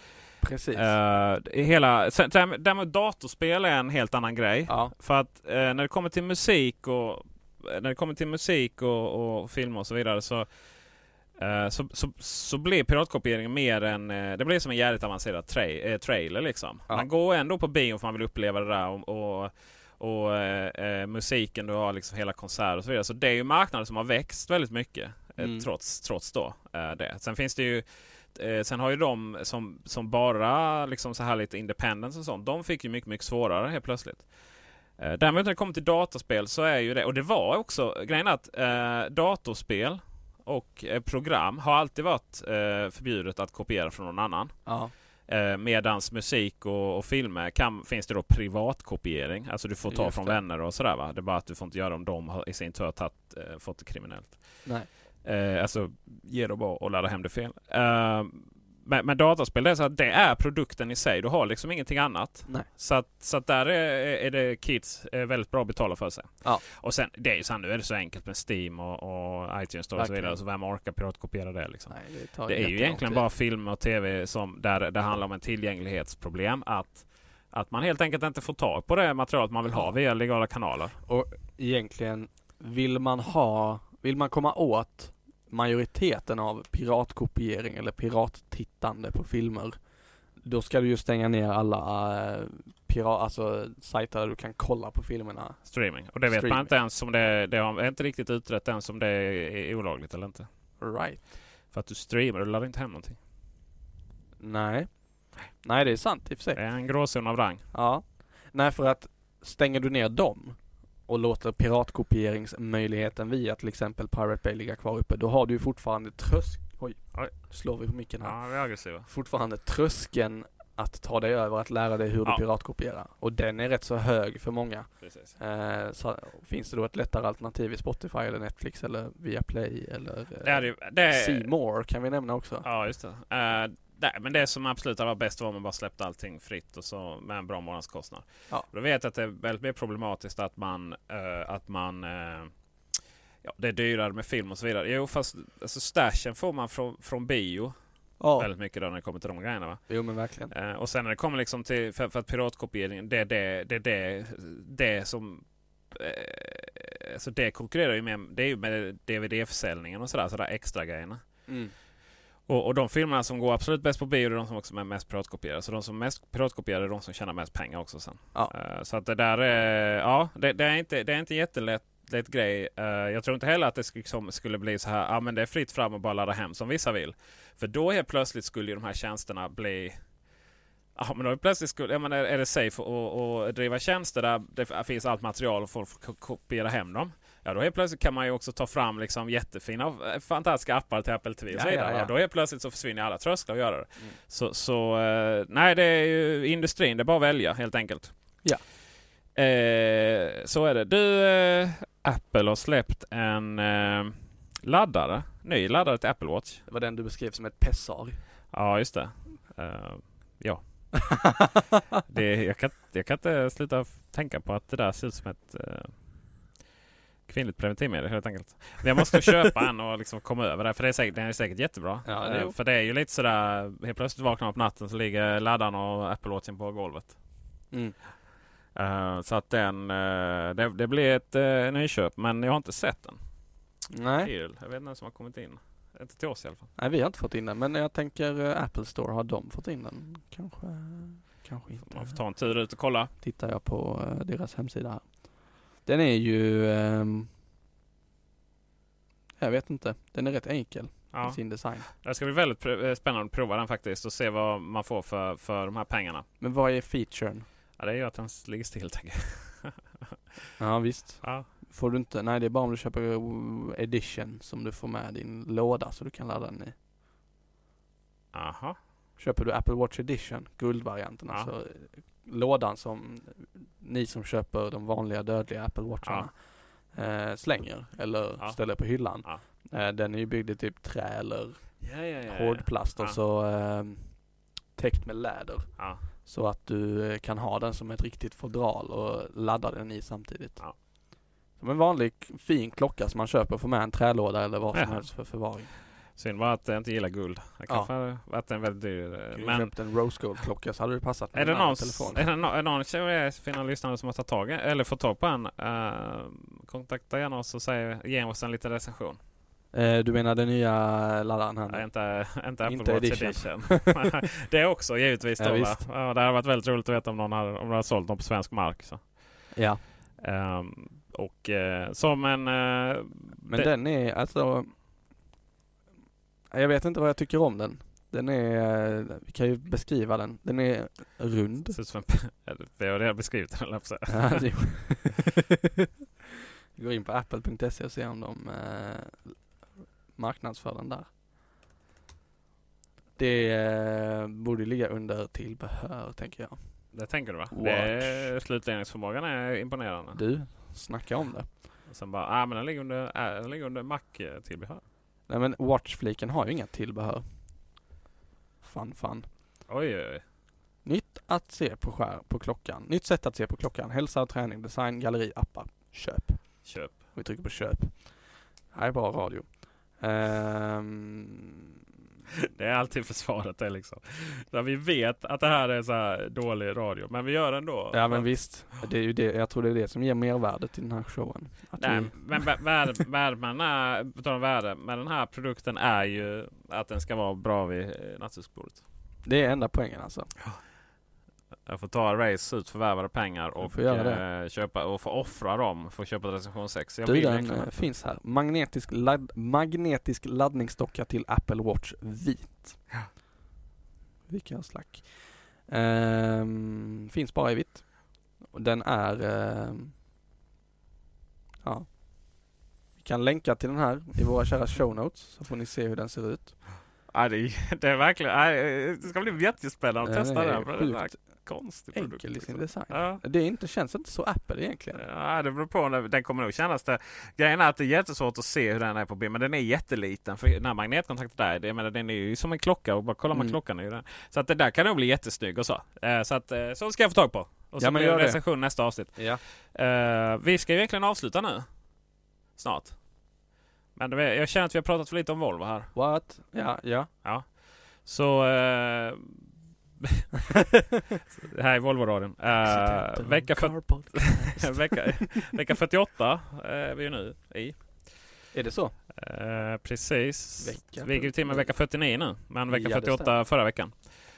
Speaker 1: Precis.
Speaker 2: Eh, det- hela, sen, däremot- däremot datorspel är en helt annan grej. För att eh, när det kommer till musik och när det kommer till musik och, och filmer och så vidare så, eh, så, så, så blir piratkopieringen mer en... eh, det blir som en jävligt avancerad tra- eh, trailer liksom. Man går ändå på bio för man vill uppleva det där. Och, och, och eh, eh, musiken du har liksom hela konserter och så vidare. Så det är ju marknaden som har växt väldigt mycket. eh,
Speaker 1: Mm.
Speaker 2: Trots, trots då eh, det. Sen finns det ju eh, Sen har ju de som, som bara liksom så här lite independence och sånt. De fick ju mycket, mycket svårare helt plötsligt. Eh, Däremot när det kommer till dataspel så är ju det, och det var också grejen är att eh, datorspel och eh, program har alltid varit eh, förbjudet att kopiera från någon annan.
Speaker 1: Ja.
Speaker 2: Eh, medans musik och, och filmer kan, finns det då privatkopiering. Alltså du får ta
Speaker 1: Just
Speaker 2: från
Speaker 1: det.
Speaker 2: vänner och sådär va. Det är bara att du får inte göra om de har i sin tur har tagit, eh, fått det kriminellt.
Speaker 1: Nej.
Speaker 2: Eh, alltså ge det bara och ladda hem det fel. Eh, men, men dataspel, det är, så att det är produkten i sig. Du har liksom ingenting annat.
Speaker 1: Nej.
Speaker 2: Så, att, så att där är, är det kids är väldigt bra att betala för sig. Och sen, det är ju så här, nu är det så enkelt med Steam och, och iTunes Store och så
Speaker 1: Verkligen.
Speaker 2: vidare. Så vem orkar piratkopiera det liksom?
Speaker 1: det
Speaker 2: det,
Speaker 1: tar
Speaker 2: är ju
Speaker 1: jättelång
Speaker 2: egentligen
Speaker 1: tid.
Speaker 2: bara film och tv som, där det handlar om en tillgänglighetsproblem. Att, att man helt enkelt inte får tag på det materialet man vill ha via legala kanaler.
Speaker 1: Och egentligen, vill man ha, vill man komma åt majoriteten av piratkopiering eller pirattittande på filmer, då ska du ju stänga ner alla äh, pirat, alltså sajter där du kan kolla på filmerna.
Speaker 2: Streaming. Och det vet
Speaker 1: Streaming.
Speaker 2: man inte ens om det, det har- är inte riktigt utrett ens om det är olagligt eller inte.
Speaker 1: Right.
Speaker 2: För att du streamar, du laddar inte hem någonting.
Speaker 1: Nej. Nej, det är sant i och för sig. Det
Speaker 2: är en gråzon av rang.
Speaker 1: Ja. Nej, för att stänger du ner dem och låter piratkopieringsmöjligheten via till exempel Pirate Bay ligga kvar uppe, då har du ju fortfarande trösk... Oj, slår vi på micken här.
Speaker 2: Ja, vi är aggressiva.
Speaker 1: Fortfarande tröskeln att ta dig över, att lära dig hur
Speaker 2: Ja.
Speaker 1: du piratkopierar. Och den är rätt så hög för många.
Speaker 2: Precis.
Speaker 1: Eh, så finns det då ett lättare alternativ i Spotify eller Netflix eller Viaplay eller
Speaker 2: Det är ju- det är-
Speaker 1: C More kan vi nämna också.
Speaker 2: Ja, just det. Eh, nej, men det som absolut hade varit bäst var om man bara släppte allting fritt och så med en bra månadskostnad.
Speaker 1: Ja.
Speaker 2: Då vet jag att det är väldigt mer problematiskt att man, eh, att man eh, ja, det är dyrare med film och så vidare. Jo, fast alltså, stashen får man från, från bio.
Speaker 1: Ja.
Speaker 2: Väldigt mycket då när det kommer till de grejerna. Va?
Speaker 1: Jo men verkligen.
Speaker 2: Eh, och sen när det kommer liksom till, för, för att piratkopiering, det är det, det, är det, det som eh, Alltså det konkurrerar ju med, det är ju med DVD-försäljningen och sådär, sådär extra grejerna.
Speaker 1: Mm.
Speaker 2: Och, och de filmerna som går absolut bäst på bio är de som också är mest piratkopierade. Så de som mest piratkopierade är de som tjänar mest pengar också sen. Eh, Så att det där är, ja, det, det är inte, det är inte en jättelätt lätt grej. Eh, jag tror inte heller att det sk- liksom skulle bli så här, ja men det är fritt fram och bara ladda hem som vissa vill. För då helt plötsligt skulle ju de här tjänsterna bli Ja men då är det plötsligt skulle, ja, men är, är det safe att- att att driva tjänster där det f- finns allt material och folk får ko- kopiera hem dem. Ja då helt plötsligt kan man ju också ta fram liksom jättefina eh, fantastiska appar till Apple TV och så
Speaker 1: Ja, ja,
Speaker 2: vidare.
Speaker 1: ja. Mm.
Speaker 2: Då helt plötsligt så försvinner alla trösklar att göra det. Så, så eh, nej det är ju industrin, det är bara att välja helt enkelt.
Speaker 1: Ja.
Speaker 2: Eh, så är det. Du, eh, Apple har släppt en eh, laddare. Ny laddare till Apple Watch.
Speaker 1: Det var den du beskrev som ett pessar.
Speaker 2: Ja, just det. Eh, ja. det, jag, kan, jag kan inte sluta f- tänka på att det där ser ut som ett eh, kvinnligt preventivmedel helt enkelt. Men jag måste köpa en och liksom komma över det. För det är säkert, den är säkert jättebra.
Speaker 1: Ja, det är-
Speaker 2: Eh, för det är ju lite sådär, helt plötsligt vaknar man på natten så ligger laddaren och Apple Watchen på golvet.
Speaker 1: Mm.
Speaker 2: Eh, så att den, eh, det, det blir ett uh, nyköp men jag har inte sett den.
Speaker 1: Nej.
Speaker 2: Till. Jag vet inte vem som har kommit in. Inte till oss i alla fall.
Speaker 1: Nej, vi har inte fått in den, men jag tänker eh, Apple Store, har de fått in den? Kanske, kanske inte.
Speaker 2: Man får ta en tur ut och kolla.
Speaker 1: Tittar jag på eh, deras hemsida här. Den är ju, ehm, jag vet inte, den är rätt enkel
Speaker 2: Ja.
Speaker 1: i sin design.
Speaker 2: Det ska bli väldigt pr- eh, spännande att prova den faktiskt och se vad man får för, för de här pengarna.
Speaker 1: Men vad är featuren?
Speaker 2: Ja, det är ju att den ligger still helt enkelt.
Speaker 1: Ja, visst.
Speaker 2: Ja.
Speaker 1: Får du inte, nej det är bara om du köper eh, edition som du får med din låda så du kan ladda den i.
Speaker 2: Aha.
Speaker 1: Köper du Apple Watch Edition, guldvarianten,
Speaker 2: Ja.
Speaker 1: alltså eh, lådan som ni som köper de vanliga dödliga Apple Watcharna eh, slänger eller
Speaker 2: Ja.
Speaker 1: ställer på hyllan.
Speaker 2: Ja.
Speaker 1: Eh, den är ju byggd i typ trä eller
Speaker 2: Ja, ja, ja, ja.
Speaker 1: hårdplast och
Speaker 2: Ja.
Speaker 1: så eh, täckt med läder.
Speaker 2: Ja.
Speaker 1: Så att du eh, kan ha den som ett riktigt fodral och ladda den i samtidigt. Som en vanlig fin klocka som man köper får med en trälåda eller vad som
Speaker 2: Jaha.
Speaker 1: helst för förvaring.
Speaker 2: Synd bara att jag inte gillar guld. Det
Speaker 1: Ja.
Speaker 2: kanske hade varit en väldigt dyr. eh,
Speaker 1: Kunde
Speaker 2: Men
Speaker 1: köpt en Rose Gold klocka så hade det passat med
Speaker 2: är det
Speaker 1: den här
Speaker 2: någon,
Speaker 1: telefonen.
Speaker 2: är det någon, är det någon av er fina lyssnare som har tagit tag i, eller fått tag på en? eh, kontakta gärna oss och säg, ge oss en liten recension.
Speaker 1: Eh, du menar den nya laddaren här?
Speaker 2: Nej,
Speaker 1: nu?
Speaker 2: inte, inte Apple
Speaker 1: Inte
Speaker 2: Watch
Speaker 1: edition.
Speaker 2: edition. det är också givetvis
Speaker 1: Ja,
Speaker 2: då, va?
Speaker 1: visst.
Speaker 2: ja, Det hade varit väldigt roligt att veta om någon hade, om de hade sålt dem på svensk mark. Så.
Speaker 1: Ja.
Speaker 2: Ehm, och eh, som en... eh,
Speaker 1: Men den är alltså... Jag vet inte vad jag tycker om den. Den är, eh, vi kan ju beskriva den. Den är rund.
Speaker 2: Ser ut som en... Vi har redan beskrivit den, höll jag på att säga.
Speaker 1: Ja, det- Gå in på apple.se och se om de eh, marknadsför den där. Det eh, borde ligga under tillbehör, tänker jag.
Speaker 2: Det tänker du va?
Speaker 1: Watch.
Speaker 2: Det är, slutledningsförmågan är imponerande.
Speaker 1: Du, snacka om det.
Speaker 2: Och sen bara, ah men den ligger under, äh, den ligger under Mac-tillbehör.
Speaker 1: Nej men watchfliken har ju inga tillbehör. Fan, fan.
Speaker 2: Oj, oj, oj.
Speaker 1: Nytt att se på, skär, på klockan. Nytt sätt att se på klockan. Hälsa, träning, design, galleri, appar. Köp.
Speaker 2: Köp.
Speaker 1: Vi trycker på köp. Här är bra radio. Ehm,
Speaker 2: Det är alltid försvaret det liksom. Så vi vet att det här är så här dålig radio, men vi gör det ändå.
Speaker 1: ja men visst. Det är ju det, jag tror det är det som ger mervärdet i den här showen. Att
Speaker 2: Nej,
Speaker 1: vi-
Speaker 2: men vä- vär- värmen är, på tal om värde, men den här produkten är ju att den ska vara bra vid eh, nattduksbordet.
Speaker 1: det är enda poängen alltså.
Speaker 2: Jag får ta race ut förvärvade pengar och
Speaker 1: får göra det.
Speaker 2: eh, köpa och få offra dem för att köpa ett recension 6. Jag
Speaker 1: Du
Speaker 2: vill liksom-
Speaker 1: den
Speaker 2: verkligen
Speaker 1: eh,
Speaker 2: det.
Speaker 1: finns här. Magnetisk, ladd, magnetisk laddningsdocka till Apple Watch vit. Vilken slack. Ehm, finns bara i vitt. Och den är... ehm, ja. Vi kan länka till den här i våra kära show notes så får ni se hur den ser ut.
Speaker 2: Ja, det, är- det är verkligen, ja, det ska bli jättespännande att
Speaker 1: Den
Speaker 2: testa
Speaker 1: är
Speaker 2: den. för Den är
Speaker 1: sjukt
Speaker 2: konstig produkt.
Speaker 1: Enkel i sin
Speaker 2: liksom.
Speaker 1: design.
Speaker 2: Ja.
Speaker 1: Det är inte, känns inte så Apple egentligen.
Speaker 2: Ja, det beror på. när- Den kommer nog kännas det. Grejen är att det är jättesvårt att se hur den är på bild. Men den är jätteliten. För den här magnetkontakten där, det, jag menar, den är ju som en klocka. Och bara kollar man
Speaker 1: Mm.
Speaker 2: klockan är ju den. Så att det där kan nog bli jättesnygg och så. Eh, Så att, eh, så ska jag få tag på. Och så
Speaker 1: Ja, men
Speaker 2: blir
Speaker 1: gör
Speaker 2: det
Speaker 1: det.
Speaker 2: recension nästa avsnitt.
Speaker 1: Ja.
Speaker 2: Eh, vi ska ju egentligen avsluta nu. Snart. Men det, jag känner att vi har pratat för lite om Volvo här.
Speaker 1: What? Ja, ja.
Speaker 2: Ja. Så... eh, det här är Volvo-radion. Eh,
Speaker 1: Accidental
Speaker 2: vecka,
Speaker 1: car
Speaker 2: fyrt- vecka, vecka 48 är vi ju nu i.
Speaker 1: Är det så?
Speaker 2: Eh, precis.
Speaker 1: Vecka
Speaker 2: vi gick ju till och med vecka 49 nu. Men vecka
Speaker 1: Ja, det
Speaker 2: 48
Speaker 1: stämmer.
Speaker 2: förra veckan.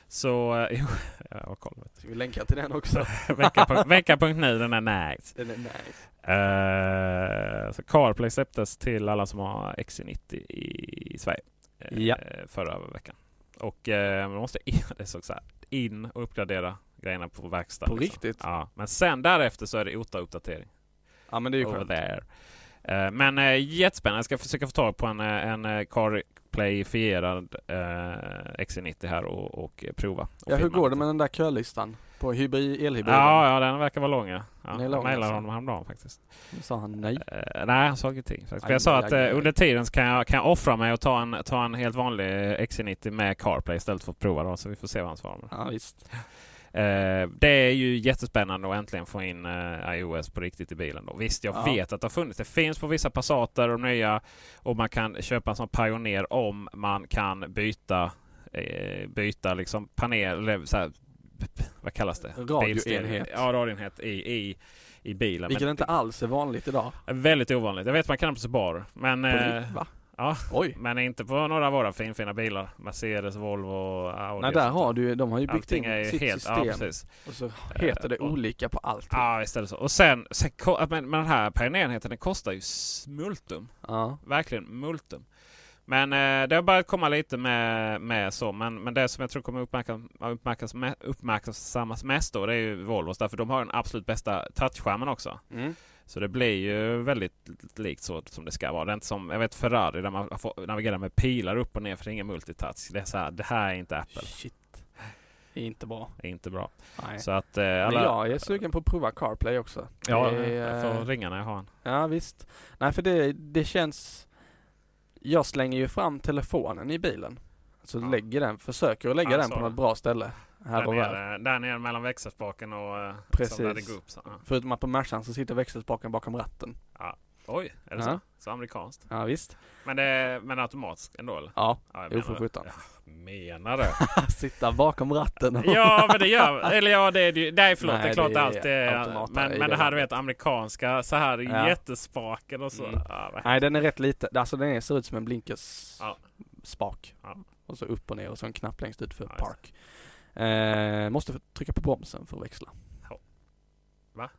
Speaker 2: Så... eh, jo, jag har koll. vet
Speaker 1: Ska vi länka till den också?
Speaker 2: du. Vecka- Vecka.nu, den är nice.
Speaker 1: Den är nice.
Speaker 2: Eh, så CarPlay släpptes till alla som har XC90 i, i Sverige eh,
Speaker 1: Ja.
Speaker 2: förra veckan. Och eh, man måste in, det såg så här, in och uppgradera grejerna på verkstad.
Speaker 1: På riktigt?
Speaker 2: Ja, men sen därefter så är det OTA-uppdatering.
Speaker 1: Ja men det är ju
Speaker 2: Over
Speaker 1: skönt.
Speaker 2: there. Eh, men eh, jättespännande. Jag ska försöka få tag på en, eh, en eh, CarPlay-fierad eh, XC90 här och, och eh, prova. Och
Speaker 1: Ja, hur
Speaker 2: filma
Speaker 1: går
Speaker 2: lite.
Speaker 1: det med den där kölistan? På hybrid, elhybriden?
Speaker 2: Ja, ja, den verkar vara lång. Ja. Ja,
Speaker 1: Den är
Speaker 2: jag
Speaker 1: lång,
Speaker 2: mejlade
Speaker 1: alltså.
Speaker 2: honom häromdagen faktiskt.
Speaker 1: Nu sa han nej.
Speaker 2: Eh, nej, han sa ingenting. Faktiskt. För
Speaker 1: Aj,
Speaker 2: jag sa
Speaker 1: aj,
Speaker 2: att
Speaker 1: aj,
Speaker 2: eh,
Speaker 1: aj.
Speaker 2: under tiden så kan jag, kan jag offra mig och ta en, ta en helt vanlig eh, XC90 med CarPlay istället för att prova då. Så vi får se vad han svarar. med.
Speaker 1: Ja, visst.
Speaker 2: Eh, det är ju jättespännande att äntligen få in eh, iOS på riktigt i bilen. Då. Visst, jag
Speaker 1: Ja.
Speaker 2: vet att det har funnits. Det finns på vissa Passater och nya. Och man kan köpa en sån Pioneer om man kan byta, eh, byta liksom panel, eller så här, vad kallas det?
Speaker 1: Radioenhet.
Speaker 2: Bilstereo. Ja, radioenhet i, i, i bilen. Men-
Speaker 1: Vilket inte alls är vanligt idag.
Speaker 2: Väldigt ovanligt. Jag vet man kan det på Subaru. Men,
Speaker 1: På
Speaker 2: eh,
Speaker 1: riktigt, va?
Speaker 2: ja,
Speaker 1: Oj.
Speaker 2: men inte på några av våra finfina bilar. Mercedes, Volvo, Audi.
Speaker 1: Nej,
Speaker 2: och
Speaker 1: där
Speaker 2: sånt
Speaker 1: har du ju- de har ju byggt
Speaker 2: Allting är
Speaker 1: in
Speaker 2: ju
Speaker 1: sitt
Speaker 2: helt- ja,
Speaker 1: system.
Speaker 2: precis.
Speaker 1: Och så heter det
Speaker 2: Eh, och-
Speaker 1: olika på allt.
Speaker 2: Ja, visst är det så. Och sen, sen ko- att men, men den här pionerenheten den kostar ju smultum.
Speaker 1: Ja.
Speaker 2: Verkligen multum. Men eh, det har börjat komma lite med, med så. Men, men det som jag tror kommer uppmärksam, uppmärksam, me- uppmärksammas mest då det är ju Volvos. Därför de har den absolut bästa touchskärmen också.
Speaker 1: Mm.
Speaker 2: Så det blir ju väldigt likt så som det ska vara. Det är inte som jag vet Ferrari där man får navigera med pilar upp och ner för det är ingen multitouch. Det, är så här, det här är inte Apple.
Speaker 1: Shit. Det är inte bra.
Speaker 2: Det är inte bra.
Speaker 1: Nej.
Speaker 2: Så att eh, alla...
Speaker 1: Men jag är sugen på att prova CarPlay också.
Speaker 2: Ja,
Speaker 1: Det är,
Speaker 2: jag
Speaker 1: eh,
Speaker 2: får ringa när jag har en.
Speaker 1: Ja visst. Nej för det, det känns... Jag slänger ju fram telefonen i bilen. Så lägger den, försöker att lägga
Speaker 2: Ja,
Speaker 1: den
Speaker 2: så
Speaker 1: på
Speaker 2: då.
Speaker 1: något bra ställe. Här
Speaker 2: Där
Speaker 1: och där.
Speaker 2: nere, där nere mellan växelspaken och eh,
Speaker 1: Precis.
Speaker 2: som där det går upp. Så, ja.
Speaker 1: Förutom att på Mercan så sitter växelspaken bakom ratten.
Speaker 2: Ja. Oj, är det
Speaker 1: Ja.
Speaker 2: så? Så amerikanskt.
Speaker 1: Ja visst.
Speaker 2: Men, det, men automatiskt ändå eller?
Speaker 1: Ja,
Speaker 2: jag
Speaker 1: jo
Speaker 2: menar
Speaker 1: för
Speaker 2: det.
Speaker 1: sjutton.
Speaker 2: Jag menar det.
Speaker 1: Sitta bakom ratten. och-
Speaker 2: Ja, men det gör Eller ja, det är det ju. Nej, förlåt.
Speaker 1: Nej,
Speaker 2: det är klart
Speaker 1: det är
Speaker 2: allt det är,
Speaker 1: automater i
Speaker 2: Men, men
Speaker 1: det
Speaker 2: det här du
Speaker 1: landet.
Speaker 2: vet amerikanska så här
Speaker 1: Ja.
Speaker 2: jättespaken och så.
Speaker 1: Mm.
Speaker 2: Ja, vad
Speaker 1: Nej den är rätt liten. Alltså den är, ser ut som en blinkers
Speaker 2: Ja.
Speaker 1: spak.
Speaker 2: Ja.
Speaker 1: Och så upp och ner och så en knapp längst ut för
Speaker 2: just det.
Speaker 1: park. Eh, måste få trycka på bromsen för att växla.
Speaker 2: Ja. Va?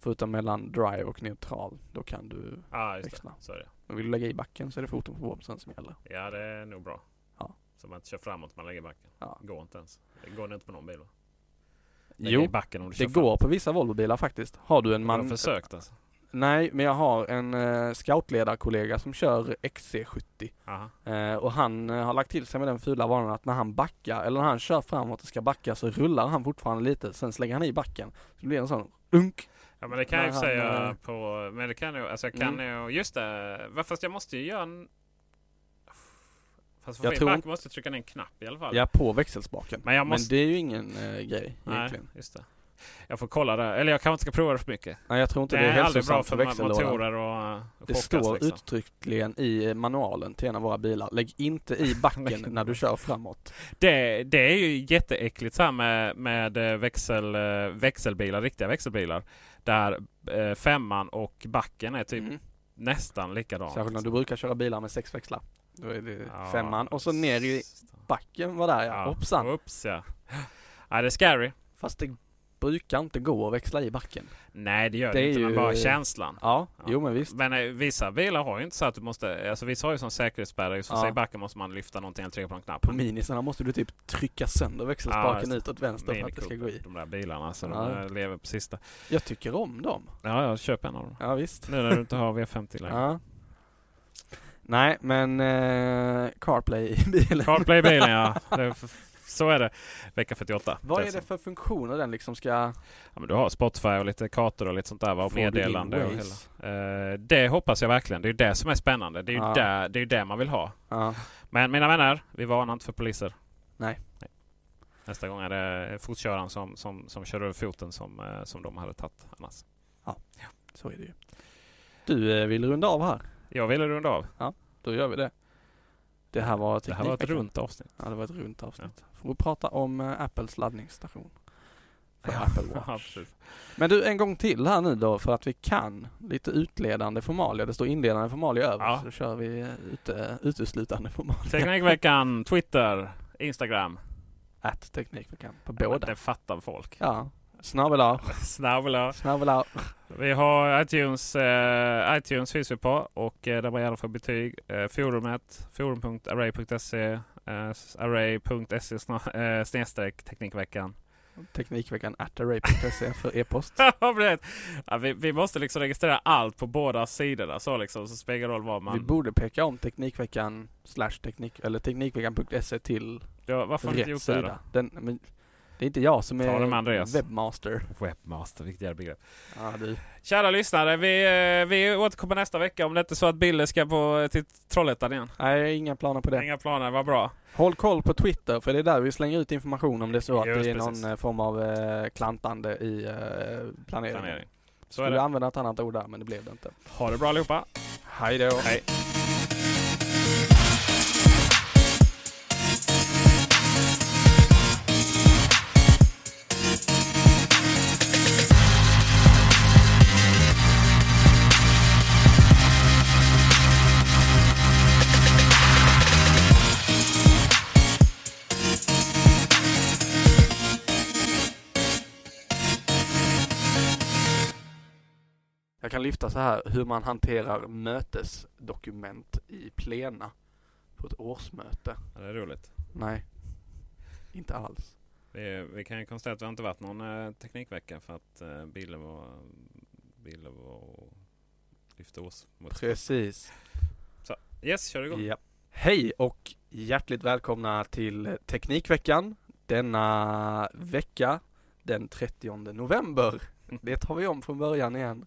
Speaker 1: Förutom mellan drive och neutral. Då kan du
Speaker 2: Ja, just det.
Speaker 1: Växla.
Speaker 2: Så är det.
Speaker 1: Men vill du lägga i backen så är det foten på bromsen som gäller.
Speaker 2: Ja, det är nog bra.
Speaker 1: Ja.
Speaker 2: Så man inte kör framåt, man lägger i backen.
Speaker 1: Ja.
Speaker 2: Går inte ens. Det går inte på någon bil va? Lägga
Speaker 1: Jo,
Speaker 2: i backen om du
Speaker 1: det
Speaker 2: kör framåt.
Speaker 1: går på vissa Volvobilar faktiskt. Har du en
Speaker 2: Man... Jag har
Speaker 1: man...
Speaker 2: försökt alltså.
Speaker 1: Nej, men jag har en eh, scoutledarkollega som kör XC70. Eh, och han eh, har lagt till sig med den fula vanan att när han backar, eller när han kör framåt och ska backa så rullar han fortfarande lite, sen slänger han i backen. Så det blir en sån dunk.
Speaker 2: Ja men det kan jag ju
Speaker 1: När han,
Speaker 2: säga
Speaker 1: eh, Mm.
Speaker 2: på... Men det kan jag Alltså jag kan ju... Just det. va, Fast jag måste ju göra en... Fast för
Speaker 1: Jag
Speaker 2: jag
Speaker 1: tror
Speaker 2: back
Speaker 1: inte-
Speaker 2: måste jag trycka ner en knapp i alla fall.
Speaker 1: Ja, på växelspaken.
Speaker 2: Men jag måste-
Speaker 1: det är ju ingen eh, grej
Speaker 2: Nej,
Speaker 1: egentligen.
Speaker 2: just det. Jag får kolla det. Eller jag kanske inte ska prova det för mycket.
Speaker 1: Nej, jag tror inte det är
Speaker 2: aldrig bra
Speaker 1: hälsosamt
Speaker 2: för
Speaker 1: för
Speaker 2: ma-
Speaker 1: växellådan.
Speaker 2: motorer och eh,
Speaker 1: Det
Speaker 2: chockas,
Speaker 1: står
Speaker 2: liksom.
Speaker 1: uttryckligen i eh, manualen till en av våra bilar. Lägg inte i backen när du kör framåt.
Speaker 2: Det, det är ju jätteäckligt så här med, med eh, växel, eh, växelbilar, riktiga växelbilar. Där eh, femman och backen är
Speaker 1: Mm.
Speaker 2: typ nästan likadant.
Speaker 1: Särskilt när du brukar köra bilar med sex växlar. Då är det
Speaker 2: Ja,
Speaker 1: femman och så ner i backen var där ja. Hoppsan.
Speaker 2: Oops, ja. ja, det är scary.
Speaker 1: Fast det brukar inte gå att växla i backen.
Speaker 2: Nej det gör
Speaker 1: Det
Speaker 2: det,
Speaker 1: är
Speaker 2: inte, men
Speaker 1: ju-
Speaker 2: bara känslan.
Speaker 1: Ja, jo men visst.
Speaker 2: Men eh, vissa bilar har ju inte så att du måste, alltså vissa har ju som säkerhetsspärrar. Just för
Speaker 1: Ja.
Speaker 2: sig i backen måste man lyfta någonting eller trycka på en knapp.
Speaker 1: På minisarna måste du typ trycka sönder växelspaken
Speaker 2: Ja,
Speaker 1: utåt vänster för att det ska
Speaker 2: Mini
Speaker 1: gå i.
Speaker 2: De där bilarna, så
Speaker 1: Ja.
Speaker 2: de eh, lever på sista.
Speaker 1: Jag tycker om dem.
Speaker 2: Ja, jag köper en av dem.
Speaker 1: Ja visst.
Speaker 2: Nu när du inte har V50 längre.
Speaker 1: Ja. Nej men eh, CarPlay i bilen.
Speaker 2: CarPlay i bilen ja. Det, är f- så är det. Vecka 48.
Speaker 1: Vad är
Speaker 2: Dessutom.
Speaker 1: det för funktioner den liksom ska...
Speaker 2: Ja, men du har Spotify och lite kartor och lite sånt där va? Och
Speaker 1: Får du in
Speaker 2: meddelande och
Speaker 1: Waze?
Speaker 2: hela. Eh, det hoppas jag verkligen. Det är ju det som är spännande. Det är ju
Speaker 1: Ja.
Speaker 2: där, det, är ju det man vill ha.
Speaker 1: Ja.
Speaker 2: Men mina vänner, vi varnar inte för poliser.
Speaker 1: Nej.
Speaker 2: Nästa gång är det fotköraren som, som, som kör över foten som, eh, som de hade tagit annars.
Speaker 1: Ja, så är det ju. Du eh, vill runda av här?
Speaker 2: Jag ville runda av.
Speaker 1: Ja, då gör vi det. Det här var
Speaker 2: Det här var ett
Speaker 1: Teknikveckan.
Speaker 2: runt avsnitt.
Speaker 1: Ja, det var ett runt avsnitt. Får vi prata om eh, Apples laddningsstation. För Apple Watch.
Speaker 2: Ja, precis.
Speaker 1: Men du, en gång till här nu då för att vi kan lite utledande formalia. Det står inledande formalia över så kör vi eh, ute, uteslutande formalia.
Speaker 2: Teknikveckan, Twitter, Instagram.
Speaker 1: Att Teknikveckan på
Speaker 2: Ja, men
Speaker 1: båda.
Speaker 2: Det fattar folk.
Speaker 1: Ja. Snabel-a.
Speaker 2: Snabel-a.
Speaker 1: Snabel-a.
Speaker 2: Vi har iTunes, eh, iTunes finns vi på och eh, där man gärna får betyg. Eh, forumet, forum.array.se, eh, array.se sna- eh, snedstreck Teknikveckan.
Speaker 1: Teknikveckan at array.se för e-post.
Speaker 2: Ja, precis. ja, vi, vi måste liksom registrera allt på båda sidorna så liksom, så spelar det ingen roll vad
Speaker 1: Vi
Speaker 2: man...
Speaker 1: borde peka om Teknikveckan slash teknik eller Teknikveckan.se till
Speaker 2: Ja, varför har vi
Speaker 1: rätt
Speaker 2: inte gjort det
Speaker 1: sida.
Speaker 2: då?
Speaker 1: Den, men, det är inte jag som
Speaker 2: Ta det med Andreas.
Speaker 1: är webbmaster.
Speaker 2: Webmaster, vilket jävla begrepp.
Speaker 1: Ja, du.
Speaker 2: Kära lyssnare, vi, eh, vi återkommer nästa vecka om det inte är så att Bille ska på, eh, till Trollhättan igen.
Speaker 1: Nej, inga planer på det.
Speaker 2: Inga planer, vad bra.
Speaker 1: Håll koll på Twitter för det är där vi slänger ut information om det är så att
Speaker 2: Just
Speaker 1: det är
Speaker 2: precis.
Speaker 1: någon eh, form av eh, klantande i eh, planeringen.
Speaker 2: Planering. Så är
Speaker 1: Skulle
Speaker 2: det.
Speaker 1: använda ett annat ord där men det blev det inte.
Speaker 2: Ha det bra allihopa.
Speaker 1: Hej då.
Speaker 2: Hej.
Speaker 1: Jag kan lyfta så här hur man hanterar mötesdokument i plena på ett årsmöte.
Speaker 2: Ja, det är roligt.
Speaker 1: Nej, inte alls.
Speaker 2: Vi, vi kan ju konstatera att vi har inte varit någon eh, teknikvecka för att eh, Bille var... Bille var och lyfte oss. mot-
Speaker 1: Precis.
Speaker 2: Så, yes, kör igång.
Speaker 1: Ja. Hej och hjärtligt välkomna till Teknikveckan denna vecka den 30 november. Det tar vi om från början igen.